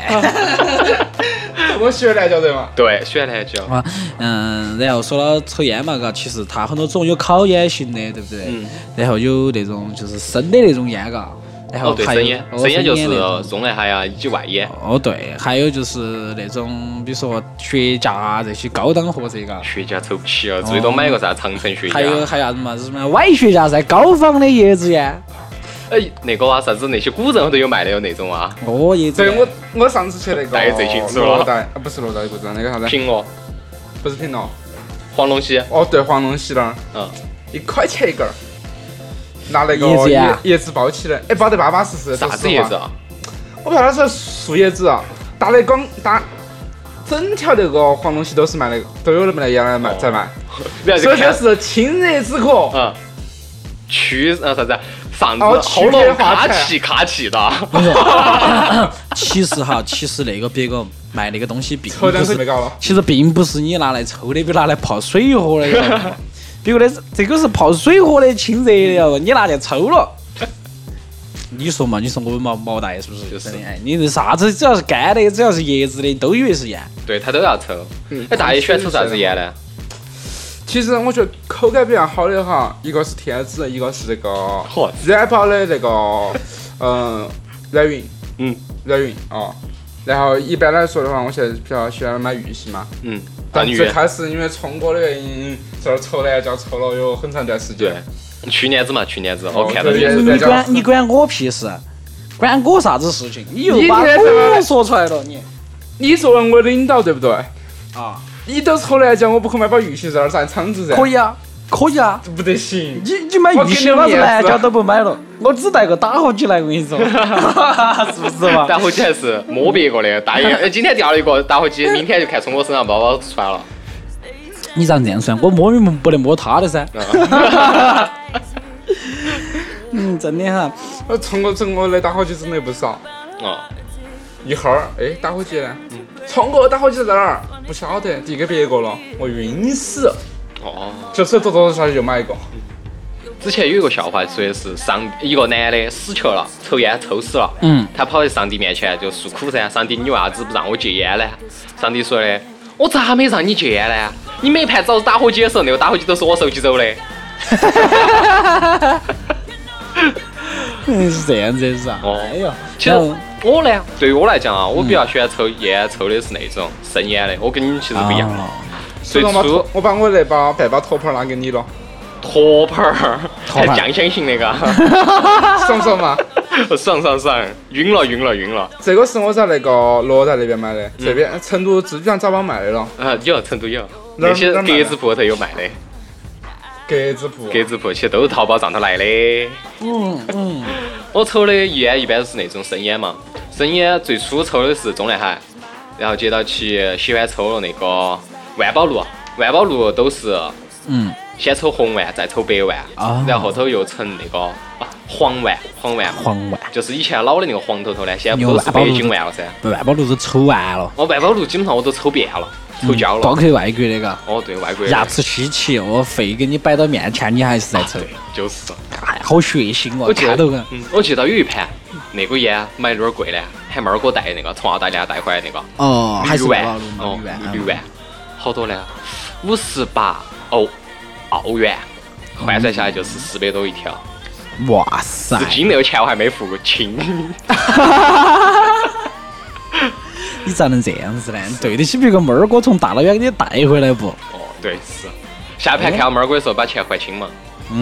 Speaker 6: 我喜欢南角对嘛？
Speaker 8: 对，选南角。
Speaker 7: 啊，嗯，然后说了抽烟嘛，嘎，其实它很多种，有烤烟型的，对不对？
Speaker 8: 嗯。
Speaker 7: 然后有那种就是生的那种烟，嘎，然
Speaker 8: 哦，
Speaker 7: 后
Speaker 8: 对，
Speaker 7: 还
Speaker 8: 生
Speaker 7: 有
Speaker 8: 烟，
Speaker 7: 哦
Speaker 8: 生烟就是
Speaker 7: 那种
Speaker 8: 中南海啊以及外烟。
Speaker 7: 哦，对，还有就是那种，比如说雪茄啊这些高档货色，嘎。
Speaker 8: 雪茄抽不起哦，最多买个啥长城雪
Speaker 7: 还有
Speaker 6: 啊
Speaker 8: 茄。
Speaker 7: 还有啥子嘛？什么歪雪茄噻，高仿的椰子烟。
Speaker 8: 哎，那个啊，啥子那些古镇都有卖的有那 种啊，
Speaker 7: 哦，椰子
Speaker 6: 对，
Speaker 7: 烟。
Speaker 6: 我我上次去那
Speaker 8: 带
Speaker 6: 个
Speaker 8: 这群子了
Speaker 6: 罗带，啊不是罗带，不是那个啥子，
Speaker 8: 平哦，
Speaker 6: 不是平乐，
Speaker 8: 黄龙溪，
Speaker 6: 哦对，黄龙溪那儿
Speaker 8: 嗯，
Speaker 6: 一块钱一根儿，拿那个
Speaker 7: 椰
Speaker 6: 椰
Speaker 7: 子呀
Speaker 6: 椰子包起来，哎，包得巴巴适适。
Speaker 8: 啥
Speaker 6: 说实
Speaker 8: 子
Speaker 6: 话
Speaker 8: 叶子？啊？
Speaker 6: 我不晓得是树叶子啊，打的光打。整条那个黄龙溪都是卖那个，都有那么来烟来卖
Speaker 8: 哦
Speaker 6: 在卖，
Speaker 8: 然后
Speaker 6: 所
Speaker 8: 就
Speaker 6: 以这
Speaker 8: 看，
Speaker 6: 是清热止渴。
Speaker 8: 嗯，去呃啥子啊上
Speaker 6: 哦
Speaker 8: 次
Speaker 6: 去
Speaker 8: 喉
Speaker 6: 野
Speaker 8: 咙
Speaker 6: 花
Speaker 8: 卡
Speaker 6: 菜
Speaker 8: 起卡起的，
Speaker 7: 其实哈，其实那个别个卖那个东西并
Speaker 6: 抽
Speaker 7: 不
Speaker 6: 两次没
Speaker 7: 是，
Speaker 6: 搞了，
Speaker 7: 其实并不是你拿来抽的，比拿来泡水喝的要 好。别个的这个是泡水喝的清热的要不，你拿去抽了。你说嘛，你说我们毛毛大爷是不是？
Speaker 8: 就是
Speaker 7: 真的哎，你这啥子只要是干的，只要是椰子的，都以为是烟。
Speaker 8: 对他都要抽。
Speaker 6: 嗯
Speaker 8: 哎，大爷喜欢抽啥子烟呢？
Speaker 6: 其实我觉得口感比较好的哈，一个是天子，一个是那个
Speaker 8: 好
Speaker 6: 软包的那个，嗯，软云，
Speaker 8: 嗯，
Speaker 6: 软云啊。然后一般来说的话，我现在比较喜欢买玉溪嘛。
Speaker 8: 嗯，大
Speaker 6: 但
Speaker 8: 女
Speaker 6: 最
Speaker 8: 人。
Speaker 6: 开始因为聪哥的原因，这儿抽南角抽了有很长一段时
Speaker 8: 对
Speaker 6: 间。，
Speaker 8: 去年子嘛，去年子我
Speaker 6: 哦
Speaker 8: 看到
Speaker 6: 对
Speaker 8: 也是
Speaker 6: 对
Speaker 7: 你
Speaker 6: 对
Speaker 7: 管你管我屁事？啊管我啥子事情？你又
Speaker 6: 你
Speaker 7: 把
Speaker 6: 天天
Speaker 7: 我说出来了，你
Speaker 6: 你作为我的领导，对不对？
Speaker 7: 啊，
Speaker 6: 你都抽南角，我不可买包玉溪在那儿占场子噻。
Speaker 7: 可以啊，可以啊。
Speaker 6: 不得行。
Speaker 7: 你你买
Speaker 6: 我
Speaker 7: 玉
Speaker 6: 给
Speaker 7: 溪，
Speaker 6: 你
Speaker 7: 老子
Speaker 6: 面子
Speaker 7: 南角都不买了，我只带个打火机来，我跟你 说，是不是嘛？
Speaker 8: 打火机还是摸别个的，大爷，哎今天掉了一个打火机，明天就看从我身上包包穿了。
Speaker 7: 你咋这样算？我摸你们不能摸他的 噻。嗯，真的哈，
Speaker 6: 我从我整我的打火机整的不少。
Speaker 8: 哦，
Speaker 6: 一会儿，哎，打火机呢？聪哥打火机在哪儿？不晓得，递给别个了，我晕死。
Speaker 8: 哦，
Speaker 6: 就是多多少少就买一个，
Speaker 8: 之前有一个笑话，说的是上一个男的死球了，抽烟抽死了，
Speaker 7: 嗯，
Speaker 8: 他跑到上帝面前就诉苦噻，上帝你为啥子不让我戒烟呢？上帝说的，我咋没让你戒烟呢？你每盘找打火机的时候，那个打火机都是我收起走的。
Speaker 7: 嗯是这样子的是吧？
Speaker 8: 哦
Speaker 7: 哎呦，
Speaker 8: 其实我呢，对于我来讲啊，我比
Speaker 7: 嗯
Speaker 8: 较喜欢抽烟，抽的是那种生烟的，我跟你其实不一样。
Speaker 7: 啊
Speaker 8: 最
Speaker 6: 我把
Speaker 8: 初
Speaker 6: 我把我那把半包托盘拿给你 了，
Speaker 8: 托盘儿，
Speaker 7: 托
Speaker 8: 还
Speaker 7: 盘儿
Speaker 8: 酱香型那个。
Speaker 6: 爽不爽嘛？
Speaker 8: 爽爽爽，晕了晕了晕了！
Speaker 6: 这个是我在那个罗寨那边买
Speaker 7: 嗯
Speaker 6: 的，这边成都自己上找帮卖的了，
Speaker 8: 啊，有成都有
Speaker 6: 哪儿
Speaker 8: 那些
Speaker 6: 哪儿买
Speaker 8: 格
Speaker 6: 的
Speaker 8: 子铺头有卖的，
Speaker 6: 格子铺。
Speaker 8: 格子铺其实都是淘宝上头来的。
Speaker 7: 嗯嗯，
Speaker 8: 我抽的烟一般是那种生烟嘛，生烟最初抽的是中南海，然后接到起喜欢抽了那个万宝路，万宝路都是
Speaker 7: 嗯，
Speaker 8: 先抽红丸，再抽白丸，
Speaker 7: 啊
Speaker 8: 然后后头又成那个啊黄丸，黄丸，
Speaker 7: 黄万
Speaker 8: 就是以前老的那个黄头头呢，现在
Speaker 7: 牛
Speaker 8: 不都是
Speaker 7: 万宝
Speaker 8: 北
Speaker 7: 路
Speaker 8: 京丸了噻？
Speaker 7: 万宝路都啊抽完了，
Speaker 8: 我万宝路基本上我都抽遍了，抽焦
Speaker 7: 包
Speaker 8: 了。
Speaker 7: 括外国那个
Speaker 8: 哦，对，外国人
Speaker 7: 牙齿稀奇，我肺给你摆到面前，你还是在抽
Speaker 8: 对，，就是。
Speaker 7: 哎，好血腥哦，
Speaker 8: 我记
Speaker 7: 看
Speaker 8: 得
Speaker 7: 到个，
Speaker 8: 嗯，我记得有一盘那个烟买的有点贵呢，喊猫儿给我带那个从澳大利亚带回来那个
Speaker 7: 哦，还
Speaker 8: 绿
Speaker 7: 是万宝
Speaker 8: 丸
Speaker 7: 路，嘛
Speaker 8: 哦，，
Speaker 7: 绿
Speaker 8: 绿
Speaker 7: 丸嗯
Speaker 8: 丸，好多呢，五十八哦，澳元，换算下来就是四百多一条。
Speaker 7: 嗯，哇塞
Speaker 8: 至，今那个钱我还没付过清，
Speaker 7: 你咋能这样子呢？对得起别个妹儿哥从大老远给你带回来 不？，
Speaker 8: 哦，对，是。下盘看到猫儿哥的时候把钱还清嘛，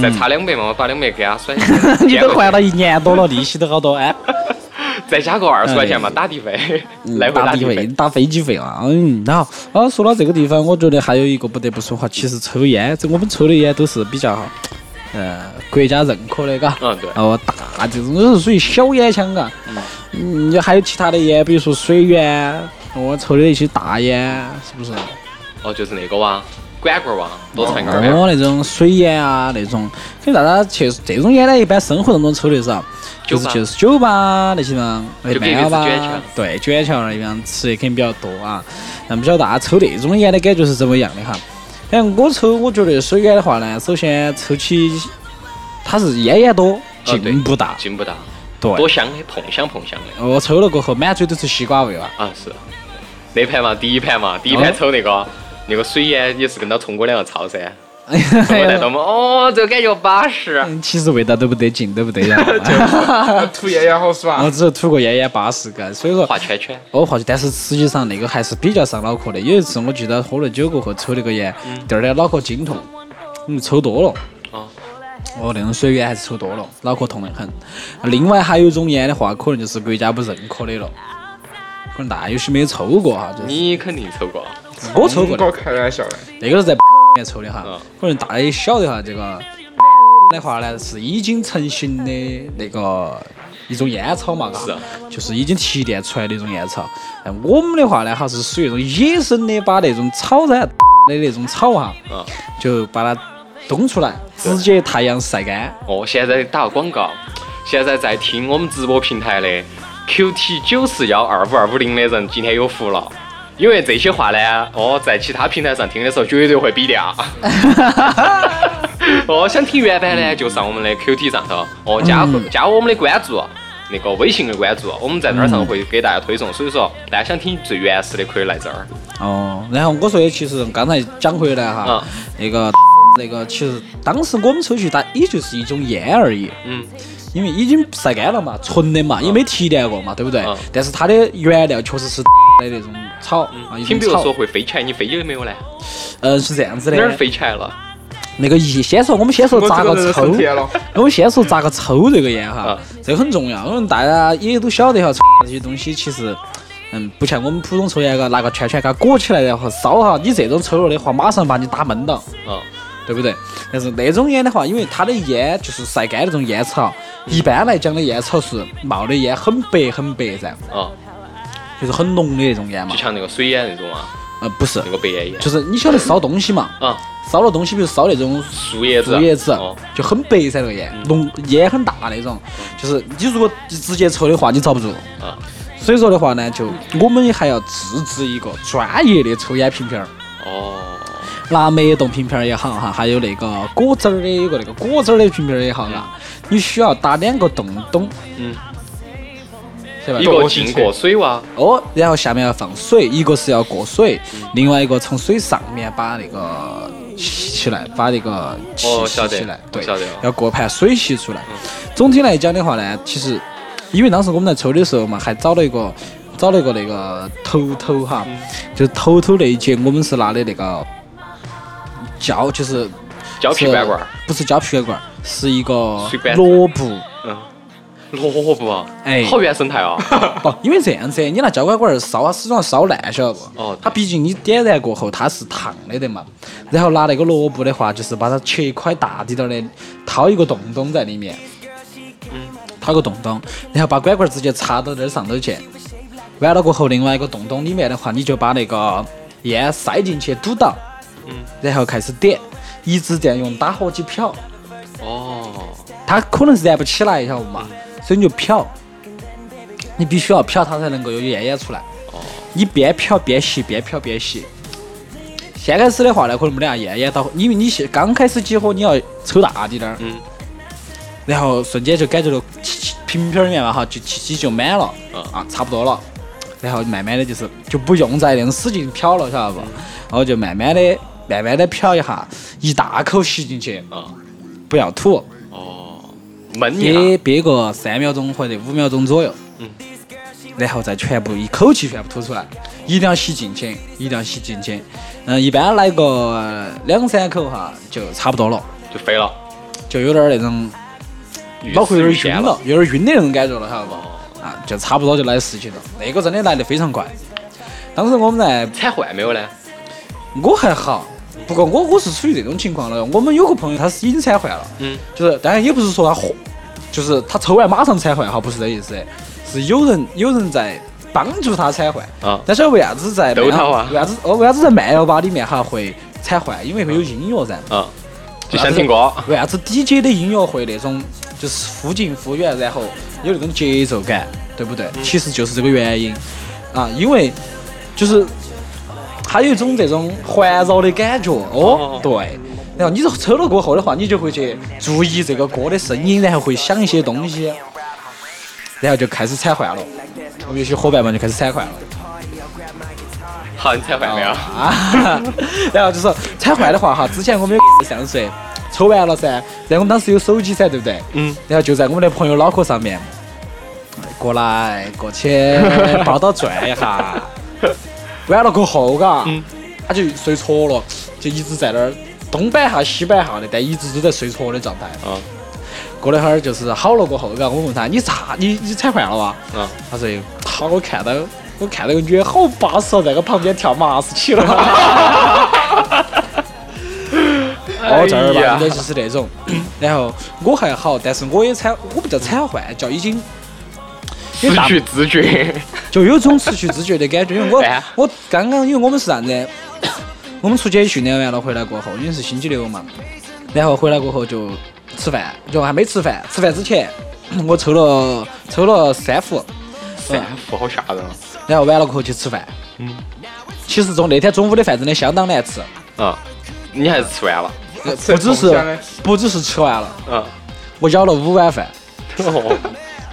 Speaker 8: 再差两百嘛，我把两百给他甩
Speaker 7: 嗯 你都还了一年多了，利息都好多 哎，
Speaker 8: 再加个二十块钱嘛，打的费， 来
Speaker 7: 嗯
Speaker 8: 回
Speaker 7: 打
Speaker 8: 打的
Speaker 7: 费、打飞嗯机费啊。嗯，然后啊，说到这个地方，我觉得还有一个不得不说哈，其实抽烟，这我们抽的烟都是比较，呃，国家认可的，嘎。
Speaker 8: 嗯，对，
Speaker 7: 哦，大这种都是属于小烟枪嘎。嗯，你还有其他的烟，比如说水烟，我抽的一些大烟，是不是？
Speaker 8: 哦，就是那个哇，管棍儿王，多啊长一根儿
Speaker 7: 然
Speaker 8: 管棍儿，
Speaker 7: 后哦那种水烟啊那种，所以大家去这种烟呢，一般生活当中抽的少，就是
Speaker 8: 酒吧
Speaker 7: 去酒吧那些地方，那
Speaker 8: 就
Speaker 7: 些
Speaker 8: 给
Speaker 7: 慢摇吧
Speaker 8: 那次卷桥，
Speaker 7: 对，卷桥那地方吃的肯定比较多啊。那不晓得大家抽那种烟的感觉是怎么样的哈？反正我抽，我觉得手烟的话呢，首先抽起它是烟烟多，
Speaker 8: 哦对
Speaker 7: 劲不大，
Speaker 8: 劲不大，
Speaker 7: 对。
Speaker 8: 多香的，碰香碰香的
Speaker 7: 我抽了过后，满嘴都是西瓜味了。
Speaker 8: 啊是。那盘嘛，第一盘嘛，第一盘
Speaker 7: 哦
Speaker 8: 抽那个那个水烟也是跟到聪哥两个抄噻，
Speaker 7: 哎
Speaker 8: 我带
Speaker 7: 呀
Speaker 8: 到我们哦，这个感觉巴适。
Speaker 7: 其实味道都不得劲，都不得 了。
Speaker 6: 吐烟也好
Speaker 7: 我
Speaker 6: 爽，
Speaker 7: 只吐过烟烟八十个，所以说
Speaker 8: 画圈圈，
Speaker 7: 我跑去，但是实际上那个还是比较伤脑壳的。有一次我记得喝了酒过后抽了个烟，第二天脑壳筋痛，嗯，抽多了。
Speaker 8: 嗯哦
Speaker 7: 哦，那种水烟还是抽多了，脑壳痛得很。另外还有一种烟的话，可能就是国家不认可的了，可能大家有些没有抽过哈，就是
Speaker 8: 你肯定抽过，
Speaker 7: 我抽过的
Speaker 6: 我开玩笑的，
Speaker 7: 那个是在 里面抽的哈
Speaker 8: 嗯，
Speaker 7: 可能大家也晓得哈，这个的话呢是已经成型的那个一种烟草嘛，嘎
Speaker 8: 是啊，
Speaker 7: 就是已经提炼出来的一种烟草。哎，我们的话呢，哈是属于一种野生的，把那种草噻 的那种草哈，
Speaker 8: 嗯。
Speaker 7: 就把它冬出来，直接太阳晒干。
Speaker 8: 哦，现在打个广告，现在在听我们直播平台的 QT 九四幺二五二五零的人，今天有福了。因为这些话呢，哦，在其他平台上听的时候绝对会比掉。哦，想听原版呢，就上我们的 QT 上头，哦，加加我们的关注，那个微信的关注，我们在那儿上会给大家推送。所以说，大家想听最原始的，可以来这儿。
Speaker 7: 哦，然后我说的其实刚才讲回来哈
Speaker 8: 嗯，
Speaker 7: 那个 那个其实当时我们抽起它也就是一种烟而已。
Speaker 8: 嗯，
Speaker 7: 因为已经晒干了嘛，纯的嘛，也没提炼过嘛，对不对
Speaker 8: 嗯？
Speaker 7: 但是它的原料确实是的那种草啊，一
Speaker 8: 听
Speaker 7: 种
Speaker 8: 比如说
Speaker 7: 草，
Speaker 8: 会飞起来，你飞起来没有呢？
Speaker 7: 嗯，是这样子
Speaker 8: 哪儿
Speaker 7: 的。
Speaker 8: 飞起来了？
Speaker 7: 那个一，先说我们先说
Speaker 6: 我这
Speaker 7: 咋
Speaker 6: 个
Speaker 7: 个
Speaker 6: 人
Speaker 7: 抽
Speaker 6: 受，甜了，
Speaker 7: 我们先说咋个抽这个烟哈，这个很重要，因为大家也都晓得哈，抽这些东西其实。嗯，不像我们普通抽烟，嘎拿个圈圈给它裹起来，然后烧哈。你这种抽了的话，马上把你打闷到。
Speaker 8: 嗯，
Speaker 7: 对不对？但是那种烟的话，因为它的烟就是晒干那种烟草，一般来讲的烟草是冒的烟很白很白噻，
Speaker 8: 哦，
Speaker 7: 就是很浓的那种烟嘛
Speaker 8: 就。像那个水烟那种啊，
Speaker 7: 呃，不是
Speaker 8: 那，个白烟烟。
Speaker 7: 就是你晓得烧东西嘛，
Speaker 8: 啊，
Speaker 7: 烧了东西，比如烧那种
Speaker 8: 树叶子，
Speaker 7: 树叶子啊
Speaker 8: 哦，，嗯
Speaker 7: 就很白噻那个烟，浓烟很大那种。就是你如果直接抽的话，你遭不住。
Speaker 8: 啊，
Speaker 7: 所以说的话呢，就我们也还要自制一个专业的抽烟瓶瓶儿。
Speaker 8: 哦，
Speaker 7: 拿梅冻瓶瓶儿也好哈，还有那个果汁儿的，有个那个果汁儿的瓶瓶儿也好啊，你需要打两个洞洞，
Speaker 8: 嗯，
Speaker 7: 对吧
Speaker 8: 一？个浸过水哇，
Speaker 7: 哦，然后下面要放水，一个是要过水，另外一个从水上面把那个吸起来，把那个气
Speaker 8: 哦
Speaker 7: 吸
Speaker 8: 晓得
Speaker 7: 起来，
Speaker 8: 我
Speaker 7: 对
Speaker 8: 晓得了，嗯
Speaker 7: 要过盘水吸出来。总体来讲的话呢，其实因为当时我们在抽的时候嘛，还找了一个找了一个那个头头哈，
Speaker 8: 嗯
Speaker 7: 就是头头那一节我们是拿的那个胶，就是
Speaker 8: 胶皮管 管儿，
Speaker 7: 是不是胶皮管管儿，是一个
Speaker 8: 水管子
Speaker 7: 萝卜。
Speaker 8: 嗯，萝卜啊，
Speaker 7: 哎
Speaker 8: 好原生态 啊，
Speaker 7: 不，因为这样子，你拿胶管管儿烧，它始终要烧烂，晓得不？
Speaker 8: 哦对
Speaker 7: 它毕竟你点燃过后，它是烫的得嘛。然后拿那个萝卜的话，就是把它切一块大滴点儿的，掏一个洞洞在里面，
Speaker 8: 嗯
Speaker 7: 掏个洞洞，然后把管管儿直接插到那上头去。完了过后，另外一个洞洞里面的话，你就把那个烟塞进去堵到，
Speaker 8: 嗯
Speaker 7: 然后开始点，一直这样用打火机瞟。
Speaker 8: 哦，
Speaker 7: 它可能是燃不起来，晓得不嘛？所以你就漂，你必须要漂它才能够有烟烟出来。
Speaker 8: 哦
Speaker 7: 你边漂边吸，边漂边吸。先开始的话呢，可能没得啥烟烟到，因为你先刚开始激活，你要抽大滴点儿，
Speaker 8: 嗯，
Speaker 7: 然后瞬间就感觉到气气瓶瓶儿里面嘛哈，就气气就满了，
Speaker 8: 嗯
Speaker 7: 啊，差不多了。然后慢慢的就是就不用再那种使劲漂了，晓得不？
Speaker 8: 嗯
Speaker 7: 然后就慢慢的、慢慢的漂一下，一大口吸进去，
Speaker 8: 啊，
Speaker 7: 不要吐。
Speaker 8: 哦，闷一
Speaker 7: 憋
Speaker 8: 下，
Speaker 7: 憋个三秒钟或者五秒钟左右，
Speaker 8: 嗯，
Speaker 7: 然后再全部一口气全部吐出来，一定要吸进去，一定要吸进去。嗯，一般来个两三口哈就差不多了，
Speaker 8: 就飞了，
Speaker 7: 就有点儿那种
Speaker 8: 欲
Speaker 7: 脑壳有
Speaker 8: 死
Speaker 7: 点
Speaker 8: 欲仙
Speaker 7: 晕
Speaker 8: 了
Speaker 7: 了，，有点晕的那种感觉了，晓得
Speaker 8: 哦
Speaker 7: 不？啊，就差不多就来事情了。那个真的来得非常快。当时我们在
Speaker 8: 踩坏没有呢？
Speaker 7: 啊我还好，不过我我是属于这种情况了。我们有个朋友他是已经瘫痪了，
Speaker 8: 嗯，
Speaker 7: 就是当然也不是说他豁，就是他抽完马上瘫痪哈，不是这意思，是有人有人在帮助他瘫痪。
Speaker 8: 啊
Speaker 7: 但是为啥子在
Speaker 8: 逗
Speaker 7: 慢
Speaker 8: 他啊
Speaker 7: 哦为啥子哦？为啥子在慢摇吧里面哈会才换，因为会有音乐噻。
Speaker 8: 嗯，就先听歌，
Speaker 7: 为啥子 DJ 的音乐会那种就是忽近忽远，然后有那种节奏感，对不对？其实就是这个原因啊，因为就是它有一种这种环绕的感觉哦
Speaker 8: 哦，
Speaker 7: 对。然后你抽了过后的话，你就会去注意这个歌的声音，然后会想一些东西，然后就开始踩换了。我们有些伙伴们就开始踩换了。
Speaker 8: 好，你才换没有？
Speaker 7: 啊， 然后就说踩坏的话哈，之前我们有上水抽完了噻，然后我们当时有手机噻，对不对？
Speaker 8: 嗯。
Speaker 7: 然后就在我们的朋友脑壳上面过来过去抱到转一 下，完了过后嘎，
Speaker 8: 嗯
Speaker 7: 他就睡着了，就一直在那儿东摆一下西摆一下的，但一直都在睡着的状态。
Speaker 8: 嗯
Speaker 7: 过了一会儿就是好了过后，嘎，我问他你咋你你踩坏了哇？
Speaker 8: 嗯，
Speaker 7: 他说好，我看到我看到个女的好巴适哦，在我旁边跳马斯起了。
Speaker 8: 哎
Speaker 7: 哦，正儿
Speaker 8: 哎呀
Speaker 7: 八经的就是那种。 然后我还好，但是我也惨，我不叫惨患，叫已经因为
Speaker 8: 失
Speaker 7: 大
Speaker 8: 去知 觉，
Speaker 7: 就有种失去知觉的感觉。因为我
Speaker 8: 哎呀
Speaker 7: 我刚刚因为我们是啥子？ 我们出去训练完了回来过后，因为是星期六嘛，然后回来过后就吃饭，就还没吃饭。吃饭之前我抽了抽了三副，嗯
Speaker 8: 三副好吓人啊。
Speaker 7: 然后完了过后去吃饭。嗯，其实中那天中午的饭真的相当难吃，
Speaker 8: 嗯，你还是吃完了。
Speaker 7: 呃
Speaker 6: 吃
Speaker 7: 不只
Speaker 6: 同乡的
Speaker 7: 是不只是吃完了，
Speaker 8: 嗯，
Speaker 7: 我舀了五碗饭，
Speaker 8: 哦，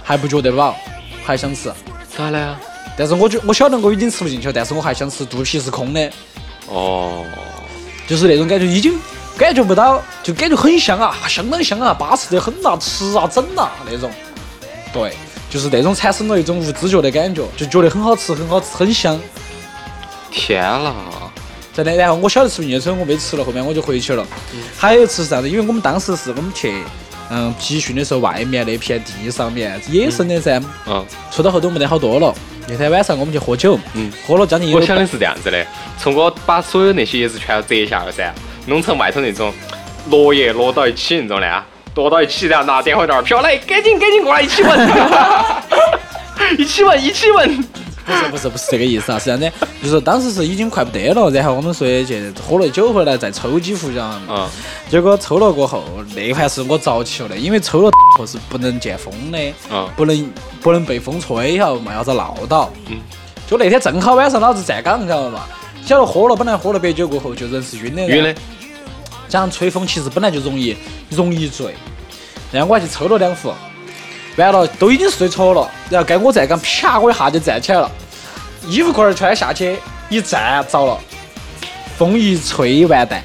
Speaker 7: 还不觉得饱，还想吃。
Speaker 8: 咋了呀？
Speaker 7: 但是我觉我晓得我已经吃不进去了，但是我还想吃，肚皮是空的，
Speaker 8: 哦，
Speaker 7: 就是那种感觉，已经感觉不到，就感觉很香啊，相当香啊，巴适得很呐、吃啊，整啊那种。对，就是那种产生了一种无知觉的感觉，就觉得很好吃，很好吃，很香。
Speaker 8: 天啦！
Speaker 7: 真的，然后我晓得吃不进去，所以我没吃了。后面我就回去了。还有一次是啥子？因为我们当时是我们去嗯集训的时候，外面那片地上面野生的噻，
Speaker 8: 嗯，
Speaker 7: 抽到后头没得好多了。那天晚上我们去喝酒，
Speaker 8: 嗯
Speaker 7: 喝了将近有
Speaker 8: 我想的是这样子的，从我把所有那些叶子全摘下了噻，弄成外头那种落叶摞到一起那种的啊，摞到一起，然后拿点火刀飘来，赶紧赶紧过来一起闻， 一起闻一起闻。
Speaker 7: 不是不是不是这个意思啊，是这样的，就是当时是已经快不得了，然后我们说的去喝了酒回来再抽几壶，然后
Speaker 8: 嗯，
Speaker 7: 结果抽了过后，那一盘是我遭起了的，因为抽了后是不能见风的，
Speaker 8: 嗯
Speaker 7: 不能不能被风吹，要嘛要遭闹到。
Speaker 8: 嗯
Speaker 7: 就那天正好晚上老子站岗，你晓得嘛？晓得喝了，本来喝了白酒过后就人是晕的，
Speaker 8: 晕的。
Speaker 7: 加上吹风，其实本来就容易容易醉。然后我还去抽了两壶，完了都已经睡着了，然后该我站岗，啪我一下就站起来了，衣服裤儿穿下去一站着了，风一吹完蛋，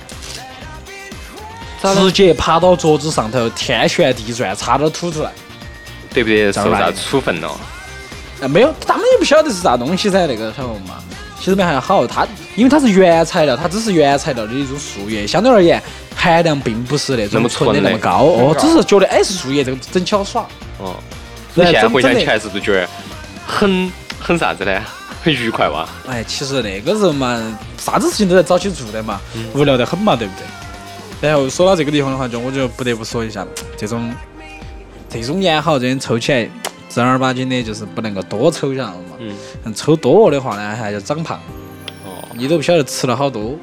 Speaker 7: 直接趴到桌子上头，天旋地转，差点吐出来。
Speaker 8: 对不对？受啥处分了？
Speaker 7: 啊，没有，他们也不晓得是啥东西噻，那个小红嘛。其实没还好，它因为它是原材料，它只是原材料的一种树叶，相对而言含量并不是那
Speaker 8: 那
Speaker 7: 种
Speaker 8: 么
Speaker 7: 纯的
Speaker 8: 纯
Speaker 7: 那
Speaker 8: 的
Speaker 7: 么高哦，只是觉得哎是树叶，这个真巧耍。
Speaker 8: 哦，你
Speaker 7: 对
Speaker 8: 现在回想
Speaker 7: 真
Speaker 8: 起来是不是觉得很很啥子呢？很愉快哇？
Speaker 7: 哎，其实那个人嘛，啥子事情都在早起做的嘛，
Speaker 8: 嗯
Speaker 7: 无聊得很嘛，对不对？然后说到这个地方的话，就我就不得不说一下，这种这种烟好，这种抽起来正儿八经的，就是不能够多抽，晓得嘛。
Speaker 8: 嗯。
Speaker 7: 抽多了的话呢，还要长胖，
Speaker 8: 哦，
Speaker 7: 你都不晓得吃了好多。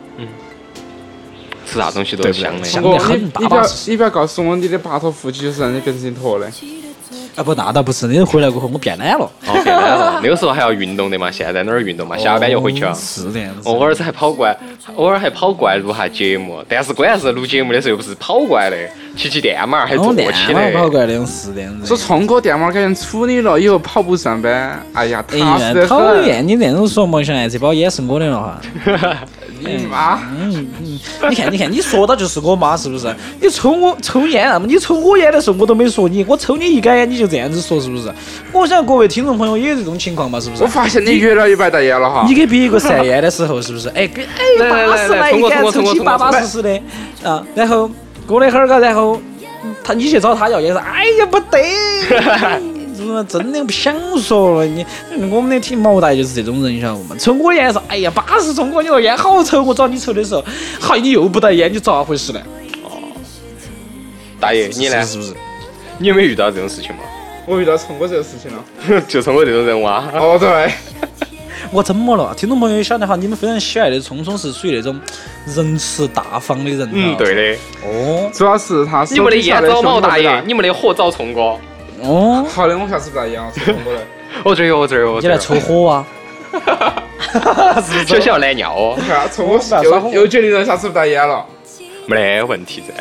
Speaker 8: 吃啥东西都是香
Speaker 7: 对
Speaker 8: 的
Speaker 7: 不。
Speaker 6: 不过
Speaker 7: 长得很
Speaker 6: 你
Speaker 7: 巴
Speaker 6: 你不
Speaker 7: 巴
Speaker 6: 要
Speaker 7: 适适
Speaker 6: 你不要告诉我你的八头腹肌是让你变成坨的，
Speaker 7: 啊不，那倒不是，你回来过后我变懒了，
Speaker 8: 哦，变懒了。那个时候还要运动的嘛，现在哪儿运动嘛？下班就回去了。
Speaker 7: 哦
Speaker 8: 哦
Speaker 7: 是这样子。
Speaker 8: 偶尔还跑过来，偶尔还跑过来录下节目，但是关键是录节目的时候又不是跑过来的，骑骑电马儿还
Speaker 7: 然后
Speaker 8: 坐
Speaker 7: 练
Speaker 8: 起
Speaker 7: 嘛，跑
Speaker 8: 的。
Speaker 7: 过来的是这样
Speaker 6: 说
Speaker 7: 子。
Speaker 6: 聪哥电话赶紧处理了，以后跑步上班，哎呀，
Speaker 7: 哎
Speaker 6: 踏实
Speaker 7: 呀，
Speaker 6: 得
Speaker 7: 讨
Speaker 6: 很。
Speaker 7: 厌你那种说梦想爱，这包烟是我的了哈。
Speaker 6: 你妈！
Speaker 7: 嗯嗯， 你看你看，你说到就是我妈是不是？你抽我抽烟，那么你抽我烟的时候我都没说你，我抽你一杆烟你就这样子说是不是？我想各位听众朋友也有这种情况嘛是不是
Speaker 6: 我？发现你越来越白大爷了哈
Speaker 7: 你。给别一个散烟的时候，是不是？哎，给哎，
Speaker 8: 来啊来
Speaker 7: 巴
Speaker 8: 来
Speaker 7: 适来
Speaker 8: 通
Speaker 7: 一
Speaker 8: 过
Speaker 7: 杆
Speaker 8: 通过
Speaker 7: 抽
Speaker 8: 通过
Speaker 7: 起
Speaker 8: 通
Speaker 7: 巴
Speaker 8: 过
Speaker 7: 巴适适的啊。然后过了一会儿，嘎，然后他你去找他要烟，说哎呀不 得，怎么真的不想说了？你我们的听毛大爷就是这种人，晓得不嘛？抽我烟说，哎呀巴适，聪哥你说烟好抽，我找你抽的时候，嗨你又不得烟，你咋回事呢？
Speaker 8: 大爷，你呢？
Speaker 7: 是不是？
Speaker 8: 你有没有遇到 这种事情嘛？
Speaker 6: 我遇到聪哥这个事情了。
Speaker 8: 就从我这种人哇，
Speaker 6: 哦哦对，
Speaker 7: 我怎么了？听众朋友也晓得哈，你们非常喜爱的聪聪是属于那种仁慈大方的人。啊
Speaker 8: 嗯，。对的。
Speaker 7: 哦
Speaker 6: 主要是他手
Speaker 8: 你没得
Speaker 6: 底下
Speaker 8: 烟
Speaker 6: 的
Speaker 8: 找
Speaker 6: 胸
Speaker 8: 毛
Speaker 6: 口
Speaker 8: 大
Speaker 6: 没
Speaker 8: 爷，
Speaker 6: 得。
Speaker 8: 你没得火找聪哥。哦
Speaker 7: 哦，
Speaker 6: 好的，我下次不带啊烟了，抽空 过来。
Speaker 8: 我这儿有，我这儿有，我
Speaker 7: 你
Speaker 8: 这儿
Speaker 7: 来
Speaker 8: 有。
Speaker 7: 抽火啊？
Speaker 8: 小小来尿哦，
Speaker 6: 你看，从我
Speaker 7: 我不要耍
Speaker 6: 又
Speaker 7: 火
Speaker 6: 又决定了下次不带烟了。
Speaker 8: 没得问题噻。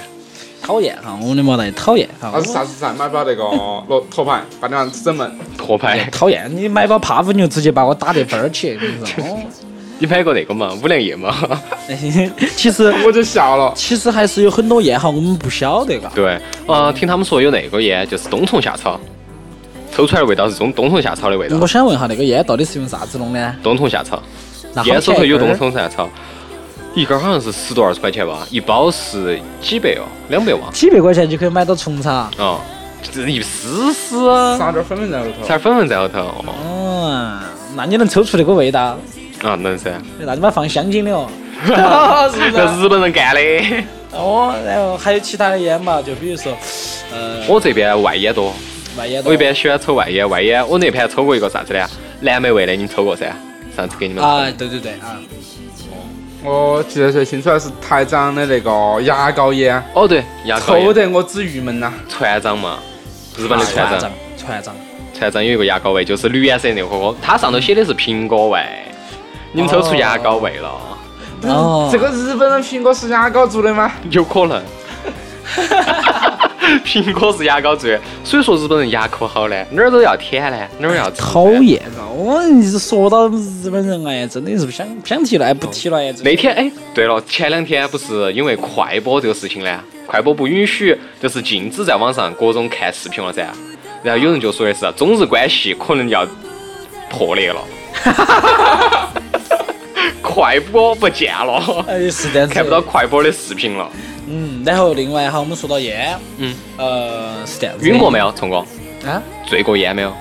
Speaker 7: 讨厌哈，我的毛大爷讨厌哈
Speaker 8: 啊
Speaker 6: 老！子下次再买把那个哦罗托盘，把那整门。
Speaker 8: 托
Speaker 7: 我
Speaker 8: 盘，
Speaker 7: 讨厌你买包帕夫牛，直接把我打得分儿起。跟你说，哦
Speaker 8: 你买过那个嘛？五粮液嘛？
Speaker 7: 其实
Speaker 6: 我就笑了。
Speaker 7: 其实还是有很多烟哈，我们不晓得嘎。
Speaker 8: 对，呃，听他们说有那个烟，就是冬虫夏草，抽出来的味道是冬冬虫夏草的味道
Speaker 7: 我。想问一下，那个烟到底是用啥子弄的？
Speaker 8: 冬虫夏草，
Speaker 7: 那嗯
Speaker 8: 烟
Speaker 7: 好
Speaker 8: 手
Speaker 7: 便
Speaker 8: 头
Speaker 7: 宜
Speaker 8: 有
Speaker 7: 根
Speaker 8: 冬
Speaker 7: 儿
Speaker 8: 虫夏草，一根儿好像是十多二十块钱吧，一包是几百哦，两百哇。
Speaker 7: 几百块钱就可以买到虫草。
Speaker 8: 啊，这一丝丝啊，
Speaker 6: 撒点粉在里头。
Speaker 8: 才粉粉在后头哦。
Speaker 7: 嗯，那你能抽出那个味道？
Speaker 8: 啊，能噻，
Speaker 7: 那你妈放香精的 哦， 是不是
Speaker 8: 那
Speaker 7: 啊？
Speaker 8: 日本人干的。
Speaker 7: 哦，然后还有其他的烟嘛，就比如说，呃，
Speaker 8: 我这边外烟多，
Speaker 7: 卖烟的
Speaker 8: 我一般喜欢抽外烟，外烟我那盘抽过一个啥子呢？啊蓝莓味的，你们抽过噻？上次给你们
Speaker 7: 啊，对对对啊，
Speaker 6: 我记得最清楚的是台长的那个牙膏烟，
Speaker 8: 哦，对，牙膏
Speaker 6: 抽
Speaker 8: 烟
Speaker 6: 得我只郁闷呐。
Speaker 8: 船长嘛，日
Speaker 7: 啊
Speaker 8: 本的船长
Speaker 7: 长，，船长，
Speaker 8: 船长有一个牙膏味，就是绿颜色的那个火锅，它上头写的是苹果味，你们抽出牙膏味了，
Speaker 7: 哦，
Speaker 6: 这个日本人苹果是牙膏做的吗？
Speaker 8: 有可能。 苹果是牙膏做的，所以说日本人牙口好呢，哪儿都要舔呢，哪儿要吃呢
Speaker 7: 讨。厌啊！我一直说到日本人哎，真的是不想不想提了，哎，不提了哎。真的
Speaker 8: 那天哎，对了，前两天不是因为快播这个事情呢，快播不允许，就是禁止在网上各种看视频了噻。然后有人就说的是中日关系可能要破裂了， 快播不见了，
Speaker 7: 哎是这样子，
Speaker 8: 看不到。快播的视频了。
Speaker 7: 嗯，然后另外哈，我们说到烟，
Speaker 8: 嗯，
Speaker 7: 呃，是这样子的。
Speaker 8: 晕过没有，聪哥？
Speaker 7: 啊？
Speaker 8: 醉过烟没有？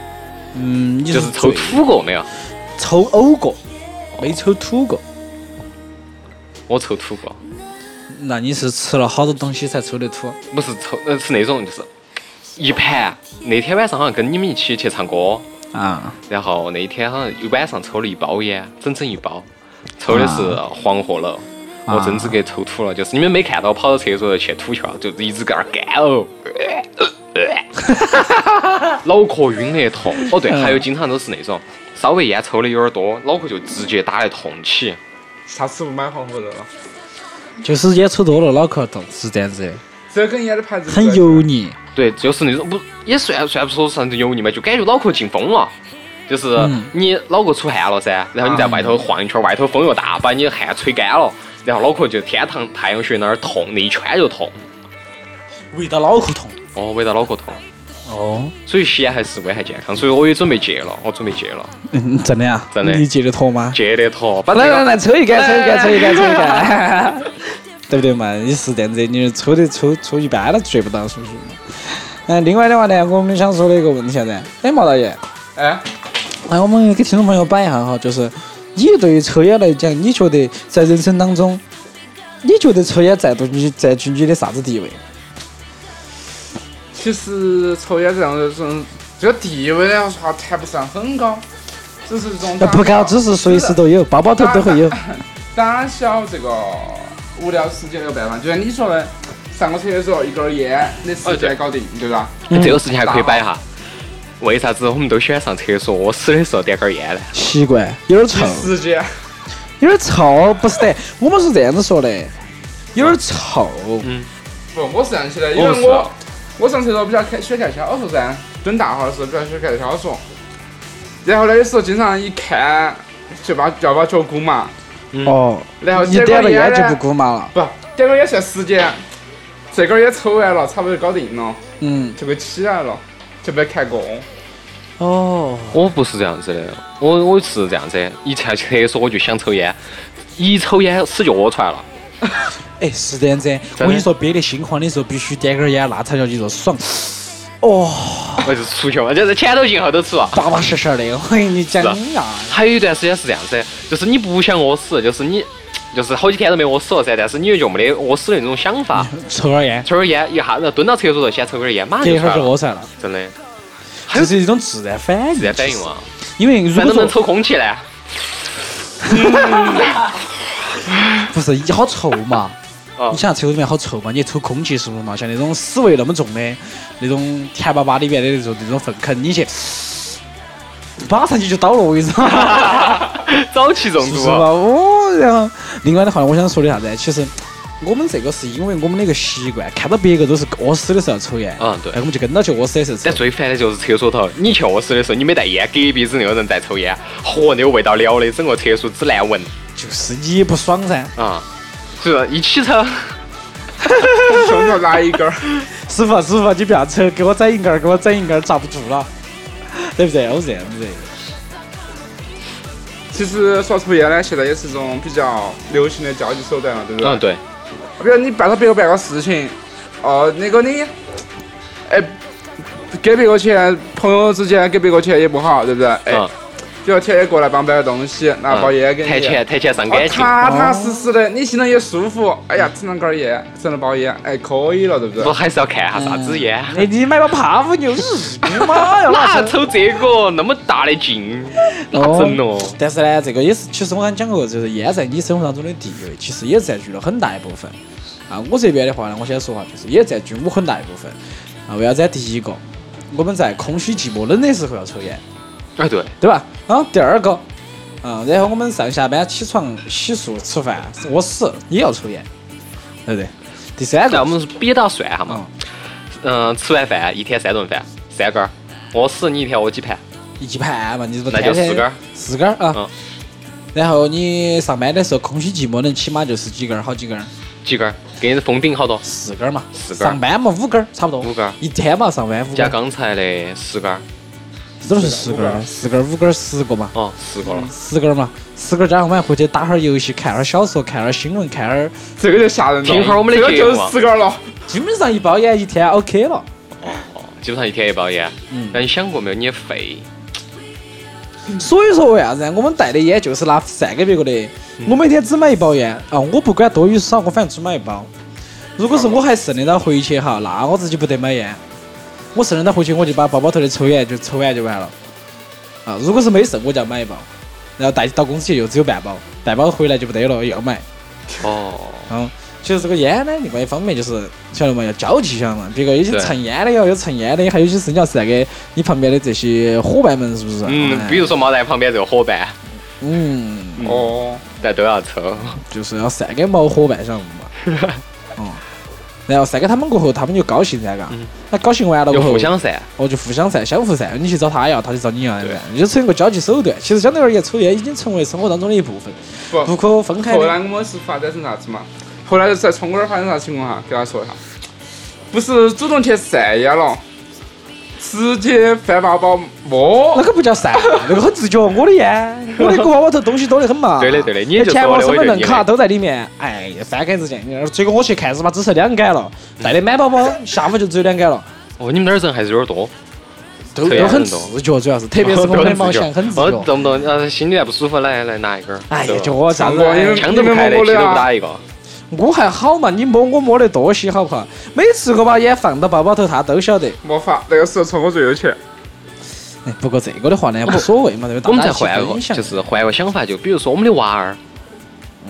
Speaker 7: 嗯，你
Speaker 8: 就是抽
Speaker 7: 醉
Speaker 8: 吐过没有？
Speaker 7: 抽呕过，没抽吐过。
Speaker 8: 我抽吐过，
Speaker 7: 那你是吃了好多东西才抽的吐？
Speaker 8: 不是抽，呃，是那种就是一盘。那天晚上好像跟你们一起去唱歌，
Speaker 7: 啊，
Speaker 8: 然后那一天好像一晚上抽了一包烟，整整一包，抽的是黄鹤楼，我真是给抽吐了。就是你们没看到，跑到厕所去吐去了，就一直在那儿干呕。 脑壳晕得痛，哦对，还有经常都是那种稍微烟抽的有点多，脑壳就直接打得痛起。
Speaker 6: 下次不买黄鹤楼了。
Speaker 7: 就是烟抽多了脑壳痛，是这样子的，
Speaker 6: 这根烟的牌子不
Speaker 7: 很
Speaker 6: 对
Speaker 7: 油腻。
Speaker 8: 对，就是那种不也算算不说算是油腻嘛，就感觉脑壳进风了，就是
Speaker 7: 嗯
Speaker 8: 你脑壳出汗了噻，然后你在外头晃一圈，外头风又大，把你汗吹干了，然后脑壳就天堂太阳穴那儿痛，那一圈就痛，
Speaker 7: 围到脑壳痛。
Speaker 8: 哦，围到脑壳痛。
Speaker 7: 哦，
Speaker 8: 所以吸烟还是危害健康，所以我也准备戒了，我准备戒了，
Speaker 7: 嗯，真的啊，
Speaker 8: 真的
Speaker 7: 你戒得脱吗？
Speaker 8: 戒得脱。把
Speaker 7: 啊来
Speaker 8: 这
Speaker 7: 来
Speaker 8: 个
Speaker 7: 来，抽一杆，抽一杆，抽一杆， 抽一杆，对不对嘛？你是这样子，你抽的抽抽一般都追不到，是不是？嗯，另外的话呢，我们想说的一个问题啥子？哎，毛大爷，
Speaker 6: 哎，
Speaker 7: 哎，我们给听众朋友摆一下哈，就是你对于抽烟来讲，你觉得在人生当中，你觉得抽烟占到你占据你的啥子地位？
Speaker 6: 其实抽烟这样的这种这个地位来说谈不上很高，只是这种
Speaker 7: 那不高，
Speaker 6: 只
Speaker 7: 只是随时都有，包包头都会有。
Speaker 6: 打消这个无聊时间的办法。就像你说的，上个厕所一根烟，那时间搞定，对吧？
Speaker 7: 哦
Speaker 8: 哎这个事情还可以摆一下。为啥子我们都喜欢上厕所屙屎的时候点根烟呢？
Speaker 7: 习惯有点臭，
Speaker 6: 时间，
Speaker 7: 有点臭，不是的，我们是这样子说的，有点臭。
Speaker 6: 不，我是这样起的，因
Speaker 8: 我
Speaker 7: 哦
Speaker 6: 为
Speaker 8: 是啊
Speaker 6: 我我上厕所比较看喜欢看小说噻，蹲大号的时候比较喜欢看小说。然后那个时候经常一看就把要把脚箍麻，
Speaker 8: 嗯
Speaker 7: 哦，
Speaker 6: 然后
Speaker 7: 你
Speaker 6: 结果
Speaker 7: 点了
Speaker 6: 烟
Speaker 7: 烟就
Speaker 6: 呢
Speaker 7: 不鼓麻了。
Speaker 6: 不，点根烟算时间，这根烟抽完了，差不多就搞定了，
Speaker 7: 嗯，
Speaker 6: 就给起来了，就被看过。
Speaker 7: 哦，
Speaker 8: 我不是这样子的，我我是这样子，一上厕所我就想抽烟，一抽烟屎就屙出来了。
Speaker 7: 哎，是这样子。
Speaker 8: 的
Speaker 7: 我跟你说，憋得心慌的时候，必须点根烟，那才叫一个爽。哦，
Speaker 8: 我就出去了，就是前头进后头出。
Speaker 7: 巴巴适适的，我跟你讲
Speaker 8: 是啊
Speaker 7: 呀。
Speaker 8: 还有一段时间是这样子的，就是你不想屙屎，就是你，就是好几天都没屙屎了噻，但是你又就没得屙屎的那种想法，
Speaker 6: 嗯
Speaker 7: 抽根烟，
Speaker 8: 抽根烟，一下子蹲到厕所头先抽根烟，马上
Speaker 7: 隔
Speaker 8: 就
Speaker 7: 一
Speaker 8: 出
Speaker 7: 会儿
Speaker 8: 来
Speaker 7: 就
Speaker 8: 了，
Speaker 7: 屙出来了，
Speaker 8: 真的
Speaker 7: 这是一种自然反应。
Speaker 8: 自然反应。嘛。
Speaker 6: 嗯
Speaker 7: 因为如
Speaker 8: 那
Speaker 7: 果
Speaker 8: 能不能
Speaker 7: 说
Speaker 8: 抽空气呢？
Speaker 7: 不是，你好臭嘛！
Speaker 8: 啊
Speaker 7: 你想抽里面好臭嘛？你抽空气是不是嘛？像那种屎味那么重的，那种甜巴巴里面的那种那种粪坑，你去，马上你就倒了，我跟你说。
Speaker 8: 沼气中
Speaker 7: 是
Speaker 8: 毒
Speaker 7: 是
Speaker 8: 啊，
Speaker 7: 吧？哦，然后另外的话，我想说的啥子？其实我们这个是因为我们的一个习惯，看到别个都是屙屎的时候抽烟，
Speaker 8: 嗯对
Speaker 7: 哎我们就跟到去屙屎的时候抽
Speaker 8: 但。最烦的就是厕所头，你去卧室的时候你没带烟，隔壁子那个人在抽烟，嚯，那个味道了的，整个厕所之难闻
Speaker 7: 就是你不爽噻，
Speaker 8: 啊！是吧一起抽，
Speaker 6: 胸口来一根儿，
Speaker 7: 师傅师傅，你不要抽，给我整一根儿，给我整一根儿，遭不住了，对不对？我这样子的。
Speaker 6: 其实说抽烟呢，现在也是一种比较流行的交际手段了，对不对？
Speaker 8: 嗯，对，
Speaker 6: 比如你办到别个办个事情，哦、那个你，哎，给别个钱，朋友之间给别个钱也不好，对不对？哎，
Speaker 8: 嗯，
Speaker 6: 比如铁爷过来帮摆个东西，
Speaker 8: 啊
Speaker 6: 拿包烟给你，
Speaker 8: 谈钱谈钱伤
Speaker 6: 哦
Speaker 8: 感情，
Speaker 6: 踏踏实实的，你心里也舒服。哎呀，整了根儿烟，整了包烟，哎，可以了，对不对
Speaker 8: 我？还是要看下啥子烟。
Speaker 7: 哎，你买包泡芙牛，嗯 妈呀，
Speaker 8: 哪
Speaker 7: 那是
Speaker 8: 抽这个那么大的劲，哪整哦？
Speaker 7: 但是呢，这个也是，其实我刚讲过，就是烟在你生活当中的地位，其实也占据了很大一部分。啊，我这边的话呢，我先说哈，就是也占据我很大一部分。啊，为啥子？第一个，我们在空虚、寂寞、冷的时候要抽烟，
Speaker 8: 哎，对，
Speaker 7: 对吧？啊，第二个，啊，然后我们上下班、起床、洗漱、吃饭、屙屎也要抽烟，对不对？第三
Speaker 8: 那
Speaker 7: 个
Speaker 8: 我，们比到算哈嘛
Speaker 7: 嗯，，
Speaker 8: 嗯，吃完饭一天三顿饭，三根儿，我死你一天我几盘，
Speaker 7: 一盘嘛，你这不
Speaker 8: 那就
Speaker 7: 天天
Speaker 8: 四根儿，
Speaker 7: 四根儿啊
Speaker 8: 嗯。
Speaker 7: 然后你上班的时候空虚寂寞冷，起码就是几根儿，好几根儿。
Speaker 8: 几根儿，给你封顶好多，
Speaker 7: 四根儿嘛，
Speaker 8: 四根儿
Speaker 7: 上班嘛五根儿差不多，
Speaker 8: 五根儿
Speaker 7: 一天嘛上班五根
Speaker 8: 加
Speaker 7: 儿，
Speaker 8: 刚才的十根儿，
Speaker 7: 这都是十根儿，四根儿五根儿十个嘛，
Speaker 8: 哦，十个了，
Speaker 7: 十根儿嘛，十根儿加上我们还回去打会儿游戏，看会儿小说，看会儿新闻，看会儿，
Speaker 6: 这个就吓人了。
Speaker 8: 听会儿我们的啊
Speaker 6: 这个
Speaker 8: 节目
Speaker 6: 就是四根儿了。
Speaker 7: 基本上一包烟一天 OK 了。
Speaker 8: 哦，基本上一天一包烟。
Speaker 7: 嗯，
Speaker 8: 那你想过没有？你的肺，
Speaker 7: 所以说为啥子我们带的烟就是拿散给别个的，
Speaker 8: 嗯
Speaker 7: 我每天只买一包烟啊，我不管多与少，我反正只买一包。如果是我还剩得到回去哈，那我自己不得买烟，我剩得到回去我就把包包头的抽烟就抽完就完了。啊，如果是没剩我就要买一包，然后带到公司去又只有半包，半包回来就不得了，又要买。
Speaker 8: 哦，
Speaker 7: 嗯，其实这个烟呢，另外一方面就是晓得嘛，要交际一下嘛。别个有些
Speaker 8: 对
Speaker 7: 成烟的哟，有成烟的，还有些是你要散给你旁边的这些伙伴们，是不是？
Speaker 8: 嗯，
Speaker 7: 哎
Speaker 8: 比如说毛蛋旁边这个伙伴，
Speaker 7: 嗯，
Speaker 6: 哦，
Speaker 8: 但都要抽，
Speaker 7: 就是要散给毛伙伴，晓得嘛？嗯，然后散给他们过后，他们就高兴噻，嘎。那高兴完了
Speaker 8: 要
Speaker 7: 过后
Speaker 8: 嗯互，相噻。
Speaker 7: 哦，就互相噻，相互噻，你去找他要，他去找你要，
Speaker 8: 对
Speaker 7: 你就成一个交际手段。其实相对而言，抽烟已经成为生活当中的一部分，不
Speaker 8: 哦
Speaker 6: 不，
Speaker 7: 可分开
Speaker 6: 后来
Speaker 7: 的。
Speaker 6: 我们是发展成啥子嘛？后来在冲哥那儿发展啥情况哈？给大家说一下，不是主动去晒烟了，直接翻包包
Speaker 8: 哦
Speaker 6: 摸
Speaker 7: 那。个不叫 散，啊那个很自觉。我的烟，我的个包包头东西多得很嘛。
Speaker 8: 对的对的你也就
Speaker 7: 钱包、
Speaker 8: 说
Speaker 7: 身
Speaker 8: 的
Speaker 7: 份
Speaker 8: 我
Speaker 7: 证
Speaker 8: 也就以为
Speaker 7: 卡都在里面。哎，翻开之间，结果我去看是嘛，只剩两杆了，
Speaker 8: 嗯
Speaker 7: 带的满包包，下午就只有两杆了。
Speaker 8: 哦，你们那儿人还是有点多，
Speaker 7: 都
Speaker 8: 这
Speaker 7: 都
Speaker 8: 样
Speaker 7: 很
Speaker 8: 人
Speaker 7: 自
Speaker 8: 多
Speaker 7: 觉，主要是特别 是我
Speaker 8: 都
Speaker 7: 们的
Speaker 8: 很
Speaker 7: 毛
Speaker 8: 自
Speaker 7: 线
Speaker 8: 觉
Speaker 7: 很自
Speaker 8: 哦
Speaker 7: 觉。
Speaker 8: 动不动呃心里还不舒服，来来来拿一根儿。
Speaker 7: 哎呀，
Speaker 8: 对吧
Speaker 7: 就我啥子
Speaker 6: 上过瘾
Speaker 7: 哎？
Speaker 8: 枪都不开
Speaker 6: 你们
Speaker 8: 的，
Speaker 6: 摸不
Speaker 8: 屁
Speaker 6: 了
Speaker 8: 都不打一个。
Speaker 7: 我还好嘛，你摸我摸得多些，好不好？每次我把烟放到包包头，他都晓得。
Speaker 6: 没法，那个时候冲哥最有钱。
Speaker 7: 哎，不过这个的话呢，无所 谓嘛，对不对？
Speaker 8: 我们
Speaker 7: 大家一起
Speaker 8: 再换一
Speaker 7: 分
Speaker 8: 个，
Speaker 7: 享
Speaker 8: 就是换一个想法，就比如说我们的娃儿，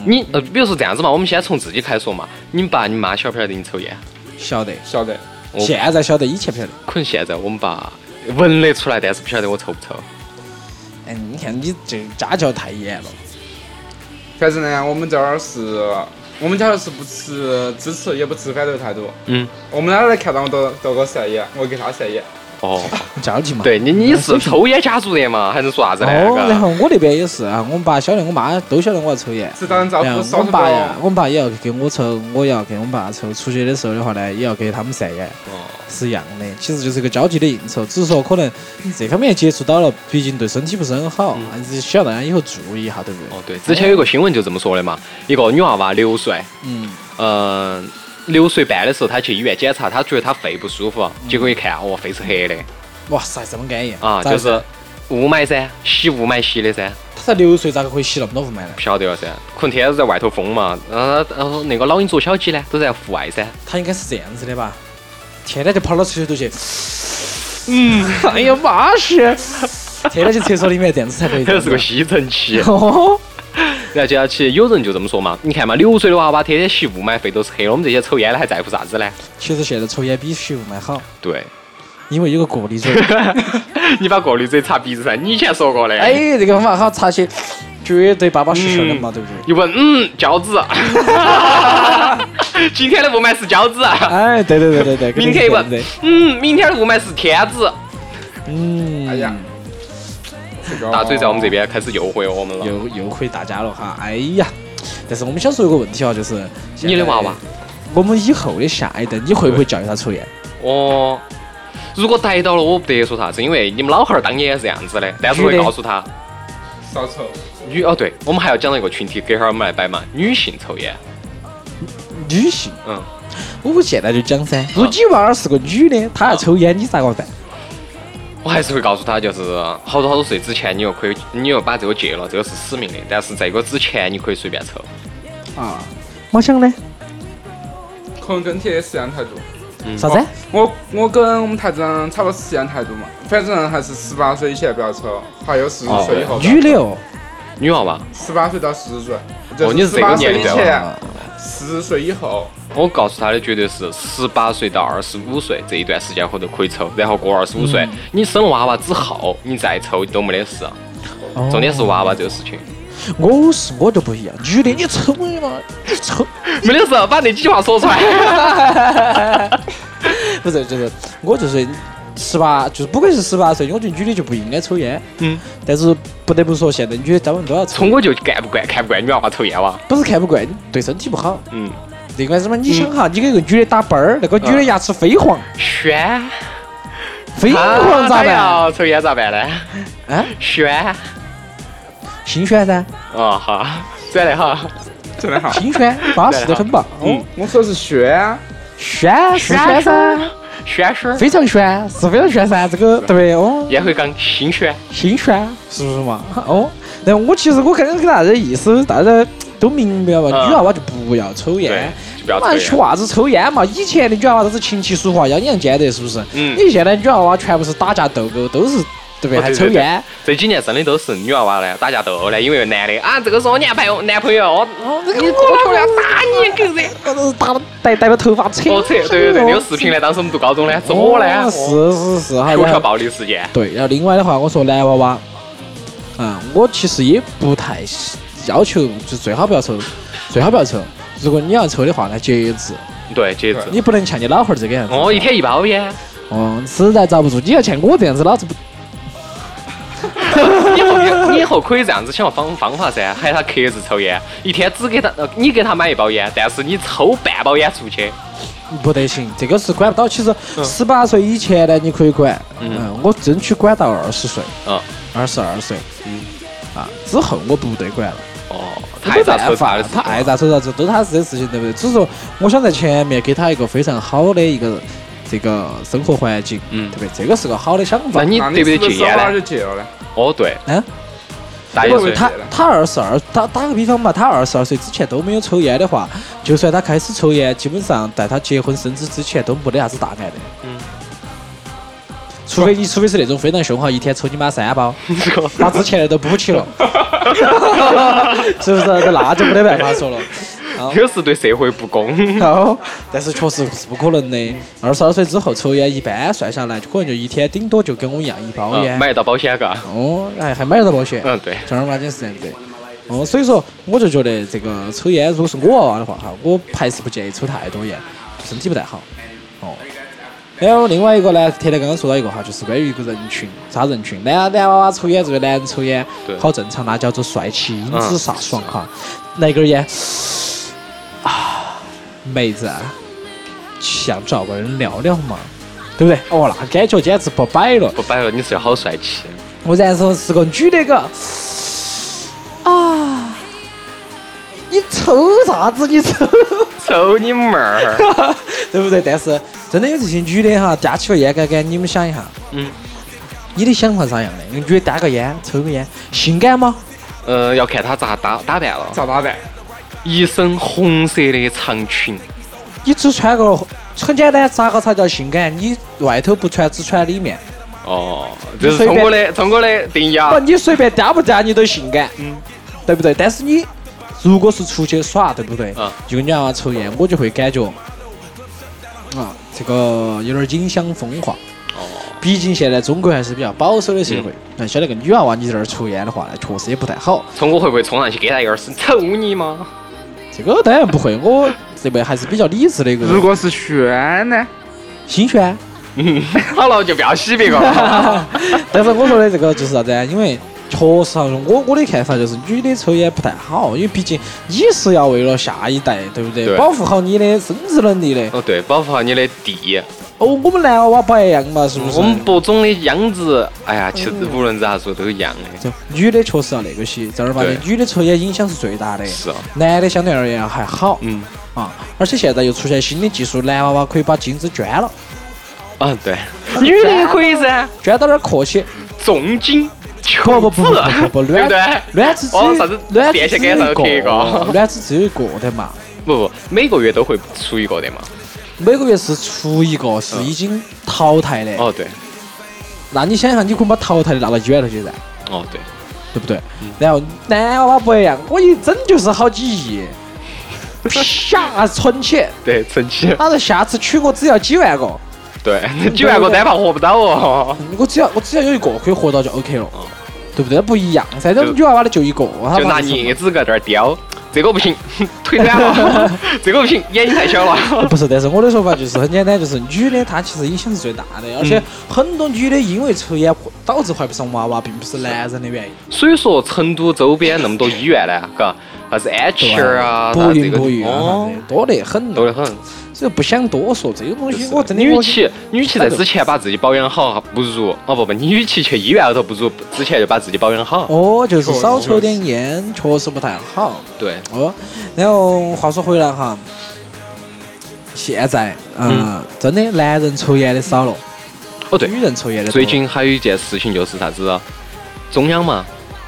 Speaker 8: 你呃，比如说这样子嘛，我们先从自己开始说嘛。你爸你妈晓不晓得你抽烟？
Speaker 7: 晓得，
Speaker 6: 晓得，
Speaker 8: 我
Speaker 7: 现在晓得，以前不晓得。
Speaker 8: 可能现在我们爸闻得出来，但是不晓得我抽不抽。
Speaker 7: 哎，你看你这家教太严了，
Speaker 6: 反正呢，我们这儿是，我们家儿是不吃支持也不持反对态度。
Speaker 8: 嗯，
Speaker 6: 我们哪来看到我都都给我晒烟，我给他晒烟。
Speaker 8: 哦，
Speaker 7: 交际嘛。
Speaker 8: 对你你是抽烟家族的嘛，还能说啥子呢？
Speaker 7: 哦，然
Speaker 8: 嘎
Speaker 7: 后我那边也是啊，我爸晓得，我妈都晓得我要抽 烟。
Speaker 6: 直到人照
Speaker 7: 然
Speaker 6: 顾
Speaker 7: 后
Speaker 6: 少
Speaker 7: 我
Speaker 6: 数
Speaker 7: 爸
Speaker 6: 多
Speaker 7: 呀，我爸也要给我抽，我也要给我爸抽。出去的时候的话呢，也要给他们散烟。
Speaker 8: 哦
Speaker 7: 是一样的，其实就是一个交际的应酬，只是说可能这方面接触到了，毕竟对身体不是很好，还是需要大家以后注意一下，对不对？
Speaker 8: 嗯哦，对，之前有个新闻就这么说的嘛，一个女娃娃六岁，
Speaker 7: 嗯，
Speaker 8: 嗯，六岁半的时候，她去医院检查，她觉得她肺不舒服，结果一看，哦，肺是黑的
Speaker 7: 哇塞，这么安逸
Speaker 8: 啊，
Speaker 7: 咋回
Speaker 8: 就是
Speaker 7: 事
Speaker 8: 雾霾噻，吸雾霾吸的噻，
Speaker 7: 他才六岁，咋个可以吸那么多雾霾呢
Speaker 8: 不？晓得了噻，可能天天在外头疯嘛，然后然后那个老鹰捉小鸡呢，都在户 外噻，
Speaker 7: 他应该是这样子的吧？天天就跑到厕所头去， 嗯，哎呀 妈是，天天去厕所里面这样子才可以。 ，
Speaker 8: 这是个吸尘器
Speaker 7: 哦，
Speaker 8: 然后接下去有人就这么说嘛，你看嘛，六岁的娃娃天天吸雾霾，肺都是黑了，我们这些抽烟的还在乎啥子呢？
Speaker 7: 其实现在抽烟比吸雾霾好，
Speaker 8: 对，
Speaker 7: 因为有个过滤嘴。
Speaker 8: 你把过滤嘴插鼻子上，你以前说过的。
Speaker 7: 哎，，这个方法好，插起绝对巴巴适适的嘛，对不对？
Speaker 8: 一闻，嗯，胶子。 今天的雾霾是 胶子，
Speaker 7: 哎，对对对对对，
Speaker 8: 明天一
Speaker 7: 吧
Speaker 8: 闻，，嗯，明天的雾霾是天子。
Speaker 7: 嗯，
Speaker 6: 哎呀，这个
Speaker 8: 大嘴在我们这边开始诱惑我们了。
Speaker 7: 又又回大家了哈，哎呀，但是我们想说一个问题啊，就是
Speaker 8: 你的娃娃，
Speaker 7: 我们以后的下一代，你会不会教育他抽烟？
Speaker 8: 哦，如果逮到了，我不得说啥子，因为你们老汉儿当年也是这样子的，但是
Speaker 7: 是
Speaker 8: 会
Speaker 7: 的
Speaker 8: 告诉他
Speaker 6: 少抽，
Speaker 8: 女哦，对，我们还要讲到一个群体，隔会儿我们来摆嘛，女性抽烟。
Speaker 7: 女性，
Speaker 8: 嗯，
Speaker 7: 我现在就讲噻，如果你娃儿是个女的，她要抽烟，你咋个办？
Speaker 8: 我还是会告诉他，就是好多好多岁之前，你又可以，你又把这个戒了，这个是死命的。但是在这个之前，你可以随便抽。
Speaker 7: 啊，我想呢，
Speaker 6: 可能跟铁是一样态度。
Speaker 8: 嗯
Speaker 7: 啥
Speaker 8: 哦
Speaker 7: 子？
Speaker 6: 我我跟我们台长差不多是一样态度嘛，反正还是十八岁以前不要抽，还有四十
Speaker 8: 哦
Speaker 6: 岁以后吧。
Speaker 7: 女的哦，
Speaker 8: 女娃娃，
Speaker 6: 十八岁到四十岁，
Speaker 8: 哦你
Speaker 6: 十
Speaker 8: 是啊这个
Speaker 6: 八
Speaker 8: 年
Speaker 6: 岁以
Speaker 8: 龄
Speaker 6: 前，四十岁以后，
Speaker 8: 我告诉他的绝对是十八岁到二十五岁这一段时间后头可以抽，然后过二十五岁，你生娃娃之后，你再抽都没得事。
Speaker 7: 哦
Speaker 8: 重点是娃娃这个事情，
Speaker 7: 我是我就不一样，女的你抽你嘛， 你抽。
Speaker 8: 没得事，把那几句话说出来。
Speaker 7: 不是，就是我就是十八，就是不管是十八岁，我觉得女的就不应该抽烟。
Speaker 8: 嗯，
Speaker 7: 但是不得不说，现在女的大部分都要抽
Speaker 8: 从，我就干不惯，看不惯女娃娃抽烟哇。
Speaker 7: 不是看不惯，对身体不好。
Speaker 8: 嗯，
Speaker 7: 另外是什么？你想哈，你给一个女的打啵儿，那个女的牙齿绯黄，
Speaker 8: 轩，
Speaker 7: 绯黄咋
Speaker 8: 她
Speaker 7: 办？
Speaker 8: 啊要啊哎抽烟咋办呢？
Speaker 7: 啊，
Speaker 8: 轩，
Speaker 7: 心酸噻，
Speaker 8: 哦好，转得好，
Speaker 6: 真的好。
Speaker 7: 心酸，巴适的很吧？
Speaker 6: 嗯，哦我说是轩啊，
Speaker 7: 酸是酸噻，
Speaker 8: 轩轩
Speaker 7: 非常酸，是非常酸噻，这个对不对？哦，
Speaker 8: 也会讲新轩，
Speaker 7: 心酸是不是嘛？哦，但我其实我刚刚给大家的意思，大家都明白了吧？
Speaker 8: 嗯
Speaker 7: 女娃娃就不要抽
Speaker 8: 对
Speaker 7: 烟。，
Speaker 8: 就不要
Speaker 7: 嘛，学
Speaker 8: 抽烟。
Speaker 7: 啥子抽烟嘛？以前的女娃娃都是琴棋书画样样兼得，是不是？
Speaker 8: 嗯
Speaker 7: 你现在女娃娃全部是打架斗狗，都是对不对？
Speaker 8: 哦
Speaker 7: 还
Speaker 8: 对
Speaker 7: 抽
Speaker 8: 对对
Speaker 7: 烟，
Speaker 8: 这几年真的都是女娃娃呢，打架斗殴呢，因为男的啊，这个是我男朋友，男朋友，我
Speaker 7: 哦，这个
Speaker 8: 你过去我要打你，狗日！
Speaker 7: 我都是打逮逮到头发扯。
Speaker 8: 我扯，对对哦对，那个视频呢，当时我们读高中呢，左呢，
Speaker 7: 哦是是是，哈。
Speaker 8: 口
Speaker 7: 然
Speaker 8: 角
Speaker 7: 后
Speaker 8: 暴力事件，
Speaker 7: 对，然后另外的话，我说男娃娃，啊，我其实也不太喜要求，就最好不要抽，最好不要抽。如果你要抽的话呢，节制，
Speaker 8: 对，截止。
Speaker 7: 你不能像你老汉儿这个样子。
Speaker 8: 哦，一天一包烟，
Speaker 7: 哦，实在遭不住，你要像我这样子，老子不
Speaker 8: 你以后你以后可以这样子想方方法噻，喊他克制抽烟，一天只给他，呃你给他买一包烟，但是你抽半包烟出去，
Speaker 7: 不得行，这个是管不到。其实十八岁以前呢，你可以管，
Speaker 8: 嗯
Speaker 7: 嗯，我争取管到二十岁，
Speaker 8: 嗯，
Speaker 7: 二十二岁，啊，之后我不得管了，
Speaker 8: 哦，他
Speaker 7: 没
Speaker 8: 爱咋
Speaker 7: 办
Speaker 8: 抽
Speaker 7: 法
Speaker 8: 咋的，
Speaker 7: 他爱咋抽咋抽，都他自己的事情，对不对？只是说，我想在前面给他一个非常好的一个这个生活环境，
Speaker 8: 嗯
Speaker 7: 对不对？这个是个好的想法
Speaker 8: 那。你
Speaker 6: 那
Speaker 8: 对不
Speaker 6: 是
Speaker 8: 对戒
Speaker 6: 是
Speaker 8: 烟
Speaker 6: 手腕
Speaker 8: 呢？
Speaker 6: 就戒了呢？
Speaker 8: 哦，对，
Speaker 7: 嗯，
Speaker 8: 大
Speaker 6: 因
Speaker 8: 爷
Speaker 6: 为
Speaker 8: 岁，
Speaker 7: 他他二十二，打打个比方嘛，他二十二岁之前都没有抽烟的话，就算他开始抽烟，基本上在他结婚生子之前都没得啥子大碍的。
Speaker 8: 嗯。
Speaker 7: 除非你，除非是那种非常凶哈，一天抽你妈三包，把之前的都补 起了，是不是？那那就没得办法说了。
Speaker 8: 这个是对社会不公。
Speaker 7: 然
Speaker 8: 嗯
Speaker 7: 后，但是确实是不可能的。二十二岁之后抽烟，一般算下来，就可能就一天顶多就跟我一样一包
Speaker 8: 嗯
Speaker 7: 烟。
Speaker 8: 买得到保险嘎。
Speaker 7: 哦，哎，还买得到保险。
Speaker 8: 嗯，对，
Speaker 7: 正儿八经是这样子的。哦，所以说我就觉得这个抽烟，如果是我娃娃的话哈，我还是不建议抽太多烟，身体不太好。哦，然后另外一个呢，铁铁刚刚说到一个哈，就是关于一个人群，啥人群？男男娃娃抽烟，这个男人抽烟
Speaker 8: 对，
Speaker 7: 好正常，那叫做帅气、英姿
Speaker 8: 嗯
Speaker 7: 飒爽哈。来根烟，啊，妹子啊，想找个人聊聊嘛，对不对？哦，那感觉简直不摆了。
Speaker 8: 不摆了，你是好帅气。
Speaker 7: 我然后是个女的，嘎。啊，你抽啥子？你抽，
Speaker 8: 抽你妹儿！
Speaker 7: 对不对？但是真的有这些女的哈，叼起个烟杆杆，你们想一下，
Speaker 8: 嗯，
Speaker 7: 你的想法啥样的？一个女的叼个烟，抽个烟，性感吗？
Speaker 8: 呃，要看她咋打打扮了。
Speaker 6: 咋打扮？
Speaker 8: 嗯一身红色的长裙，
Speaker 7: 你只穿个很简单，咋个才叫性感？你外头不穿，只穿里面，
Speaker 8: 哦，这是中国的中国的定义啊
Speaker 7: 不，。你随便叼不叼你都性感，嗯，对不对？但是你如果是出去耍，对不对？
Speaker 8: 嗯
Speaker 7: 就跟你讲啊，抽烟我就会感觉啊，这个有点影响风化。
Speaker 8: 哦，嗯
Speaker 7: 毕竟现在中国还是比较保守的社会，那晓得个女娃娃你在那儿抽烟的话，那确实也不太好。
Speaker 8: 聪哥会不会冲上去给他一耳屎抽你吗？
Speaker 7: 这个当然不会，我这位还是比较理智的一个啊人。
Speaker 6: 如果是轩呢？
Speaker 7: 新轩，
Speaker 8: 好了，就不要洗别个了。
Speaker 7: 但是我说的这个就是啥子啊？因为确实啊，我我的看法就是女的抽烟不太好，因为毕竟你是要为了下一代，对不对？
Speaker 8: 对
Speaker 7: 保护好你的生殖能力的。
Speaker 8: 哦，对，保护好你的地，
Speaker 7: 哦，我们男娃娃不一样嘛，是不是？
Speaker 8: 我们播种的秧子，哎呀，其实无论咋说都一样的。
Speaker 7: 就女的确实要那个些，正儿八经
Speaker 8: 对
Speaker 7: 女的抽烟影响是最大的。
Speaker 8: 是啊，
Speaker 7: 男的相对而言还好、
Speaker 8: 嗯，
Speaker 7: 啊，而且现在又出现新的技术，男娃娃可以把精子捐了，
Speaker 8: 啊对，女的也可以噻，
Speaker 7: 捐到哪儿去去？
Speaker 8: 重金
Speaker 7: 不
Speaker 8: 求
Speaker 7: 不不
Speaker 8: 子
Speaker 7: 不，不不，
Speaker 8: 对不
Speaker 7: 卵
Speaker 8: 对？
Speaker 7: 卵子只有
Speaker 8: 哦啥子
Speaker 7: 卵
Speaker 8: 电
Speaker 7: 子
Speaker 8: 线
Speaker 7: 只
Speaker 8: 杆上
Speaker 7: 有
Speaker 8: 贴
Speaker 7: 一
Speaker 8: 一个
Speaker 7: 个，卵子只有一个的嘛。
Speaker 8: 不不，每个月都会出一个的嘛。
Speaker 7: 每个月是出一个是已经淘汰的，
Speaker 8: 嗯哦对，
Speaker 7: 那你想想，你可以把淘汰的拿到医院头去噻，
Speaker 8: 哦 对，
Speaker 7: 对不对？
Speaker 8: 嗯
Speaker 7: 然后男娃娃不一样，我一整就是好几 亿，啪存起，
Speaker 8: 对，成绩，
Speaker 7: 他说下次娶我只要几万个，
Speaker 8: 对， 那几万个单怕活不到哦。
Speaker 7: 我只要我只要有一个可以活到就 OK 了
Speaker 8: 哦，
Speaker 7: 对不对？不一样噻，这
Speaker 8: 就
Speaker 7: 女娃娃的就一个，她
Speaker 8: 就拿
Speaker 7: 怕是
Speaker 8: 镊子搁这儿叼，这个不行， 腿软 了，这个不行，眼睛太小了。
Speaker 7: 不是，但是我的说法就是很简单，就是女的她其实影响是最大的，而
Speaker 8: 嗯
Speaker 7: 且很多女的因为抽烟导致怀不上娃娃，并不是男人的原因。
Speaker 8: 所以说，成都周边那么多医院呢，嘎，啥子安琪儿啊，啥
Speaker 7: 不
Speaker 8: 这
Speaker 7: 孕
Speaker 8: 个
Speaker 7: 不育啊
Speaker 8: 哦，
Speaker 7: 啥的，多得很，
Speaker 8: 多得很。
Speaker 7: 所以不想多说这个东西，我真的
Speaker 8: 女
Speaker 7: 我哎
Speaker 8: 骑女骑在之前把自己保养好不如，哦不不，女骑去医院后头不如之前就把自己保养好。
Speaker 7: 哦，就是少抽点烟，确实不太好。
Speaker 8: 对，
Speaker 7: 哦，然后话说回来哈，现在嗯，真的男人抽烟的少了，
Speaker 8: 哦对，
Speaker 7: 女人抽烟的多
Speaker 8: 最
Speaker 7: 了。
Speaker 8: 近还有一件事情就是啥子，啊中央嘛，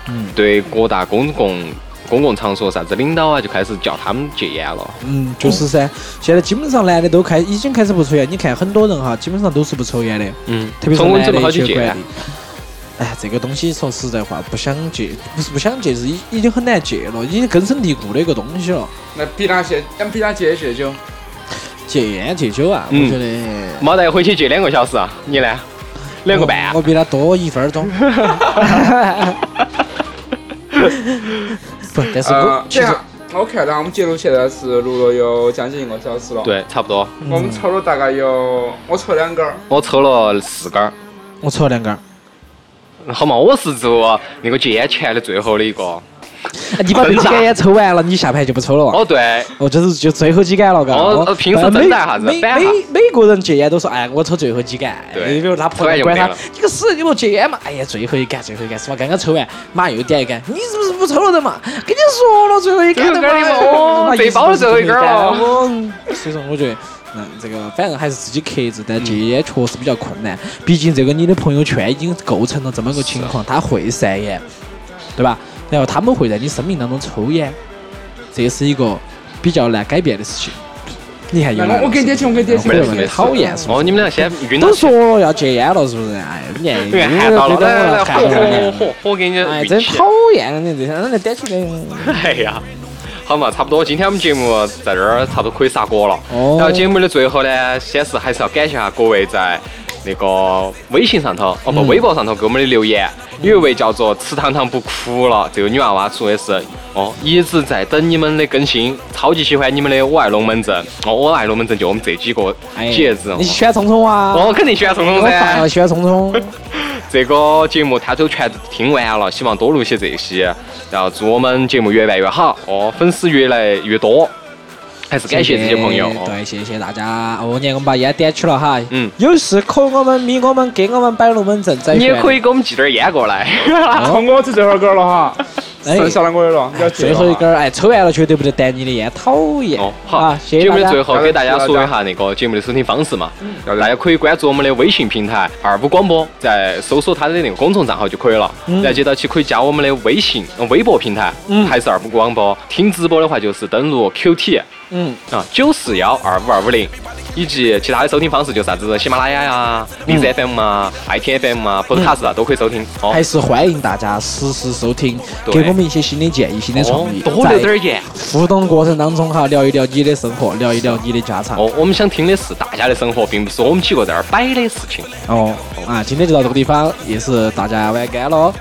Speaker 7: 嗯
Speaker 8: 对各大公共公共场所啥子领导啊，就开始叫他们戒烟了。
Speaker 7: 嗯，就是噻，现在基本上男的都开已经开始不抽烟，你看很多人哈，基本上都是不抽烟的，
Speaker 8: 嗯，
Speaker 7: 特别是
Speaker 8: 中文
Speaker 7: 男
Speaker 8: 这么好
Speaker 7: 的
Speaker 8: 去
Speaker 7: 去
Speaker 8: 戒
Speaker 7: 管
Speaker 8: 啊
Speaker 7: 理。。哎，这个东西说实在话，不想戒，不是不想戒，是已已经很难戒了，已经根深蒂固的一个东西了。
Speaker 6: 那比他戒，那比他戒戒酒。
Speaker 7: 戒烟戒酒啊，
Speaker 8: 嗯
Speaker 7: 我觉得
Speaker 8: 没得回去戒两个小时啊，你呢？两个半
Speaker 6: 啊
Speaker 7: 我。我比他多一分 钟。不，但是我
Speaker 6: 呃，
Speaker 7: 其
Speaker 6: 这
Speaker 7: 实
Speaker 6: 样，我看到我们节目现在是录了有将近一个小时了。，
Speaker 8: 对，嗯差不多。
Speaker 6: 我们抽了大概有，我抽两根儿。
Speaker 8: 我抽了四根儿，
Speaker 7: 我抽了两根儿，
Speaker 8: 好嘛，我是做那个戒烟前的最后的一个。
Speaker 7: 你把
Speaker 8: 真
Speaker 7: 那
Speaker 8: 的
Speaker 7: 几
Speaker 8: 啊
Speaker 7: 杆烟抽完了，你下盘就不抽了。
Speaker 8: 哦，对，
Speaker 7: 哦，这是就最后几杆了，嘎。
Speaker 8: 哦
Speaker 7: 我
Speaker 8: 呃平时
Speaker 7: 呃
Speaker 8: 真
Speaker 7: 每
Speaker 8: 带哈子
Speaker 7: 每
Speaker 8: 带哈
Speaker 7: 每每个人戒烟都说，哎，我抽最后几杆。
Speaker 8: 对
Speaker 7: 比如他
Speaker 8: 抽
Speaker 7: 朋
Speaker 8: 完
Speaker 7: 友
Speaker 8: 就
Speaker 7: 管
Speaker 8: 没
Speaker 7: 他
Speaker 8: 了，
Speaker 7: 你个死，你不戒烟嘛？哎呀，最后一杆，最后一杆是吧？刚刚抽完，马上又点一杆，你是不是不抽了的嘛？跟你说了，最后一杆的嘛
Speaker 8: 最后一杆的嘛哦
Speaker 7: 妈
Speaker 8: 被包了最后一杆了
Speaker 7: 我所以说，我觉得。嗯，这个反正还是自己克制，但戒烟确实比较困难。毕竟这个你的朋友圈已经构成了这么一个情况，他会散烟，对吧？然后他们会在你生命当中抽烟，这是一个比较难改变的事情。你看有
Speaker 6: 来来我给你点钱我给你点钱
Speaker 8: 没事
Speaker 7: 对
Speaker 8: 没事。
Speaker 7: 讨厌是不
Speaker 8: 哦，
Speaker 7: 是？
Speaker 8: 你们俩先晕到
Speaker 7: 都说了要戒烟了，是不是？哎，你看，
Speaker 8: 对，喊到了，
Speaker 7: 觉得
Speaker 8: 来来
Speaker 7: 我要
Speaker 8: 来，火
Speaker 7: 看你
Speaker 8: 火
Speaker 7: 了。
Speaker 8: 火火火，给你
Speaker 7: 哎，
Speaker 8: 运
Speaker 7: 真
Speaker 8: 气
Speaker 7: 讨。厌！你这让人点出来。
Speaker 8: 哎呀，好嘛，差不多，今天我们节目在这儿差不多可以杀锅了。
Speaker 7: 哦
Speaker 8: 然后节目的最后呢，先是还是要感谢下各位在那个微信上头，哦
Speaker 7: 嗯
Speaker 8: 不，微博上头给我们的留言。有一位叫做“吃糖糖不哭了”这个女娃娃说的是：“哦，一直在等你们的更新，超级喜欢你们的，我爱龙门阵。哦，我爱龙门阵就我们这几个
Speaker 7: 哎，
Speaker 8: 姐子。哦
Speaker 7: 你喜欢聪聪啊？
Speaker 8: 我肯定喜欢聪聪
Speaker 7: 我反而
Speaker 8: 噻。
Speaker 7: 喜欢聪聪。
Speaker 8: 这个节目他都全听完了，希望多录些这些，然后祝我们节目越办越好哦，粉丝越来越多，还是感谢这些朋友。哦
Speaker 7: 对，谢谢大家。哦，你看我们把烟点起了哈。
Speaker 8: 嗯
Speaker 7: 有事可我们咪我们给我们摆龙门阵，再
Speaker 8: 你也可
Speaker 7: 以。
Speaker 8: 以给我们寄点烟过 来。
Speaker 6: 好，我抽最后一根儿了哈，
Speaker 7: 哦哎
Speaker 6: 剩下的我有了，你要戒
Speaker 7: 最
Speaker 6: 了
Speaker 7: 后一
Speaker 6: 哈
Speaker 7: 根。儿，哎，抽完了绝对不得弹你的烟，讨厌。
Speaker 8: 哦，好
Speaker 7: 啊，谢谢
Speaker 8: 节
Speaker 7: 大
Speaker 8: 目的
Speaker 7: 家嗯
Speaker 8: 最。后
Speaker 6: 好
Speaker 8: 给大家
Speaker 6: 谢谢
Speaker 8: 说
Speaker 6: 大
Speaker 8: 一
Speaker 6: 家
Speaker 8: 下那个节目的收听方式嘛，
Speaker 6: 要
Speaker 8: 大家可以关注我们的微信平台“二五广播”，再搜索它的那个公众账号就可以了。
Speaker 7: 嗯
Speaker 8: 然后接到起可以加我们的微信、呃微博平台，还是二五广播。听直播的话就是登录 QT
Speaker 7: 嗯，
Speaker 8: 啊九四幺二五二五零。以及其他的收听方式，就是啥子喜马拉雅呀、荔枝 FM 啊、爱听 FM 啊、Podcast 啊，都可以收听。哦，
Speaker 7: 嗯还是欢迎大家实时收听，
Speaker 8: 对
Speaker 7: 给我们一些新的建议、新的创意，
Speaker 8: 哦多留点儿言。
Speaker 7: 互动过程当中哈，聊一聊你的生活，聊一聊你的家常。
Speaker 8: 哦，我们想听的是大家的生活，并不是我们几个在那儿摆的事情。
Speaker 7: 哦，啊，今天就到这个地方，也是大家晚安喽，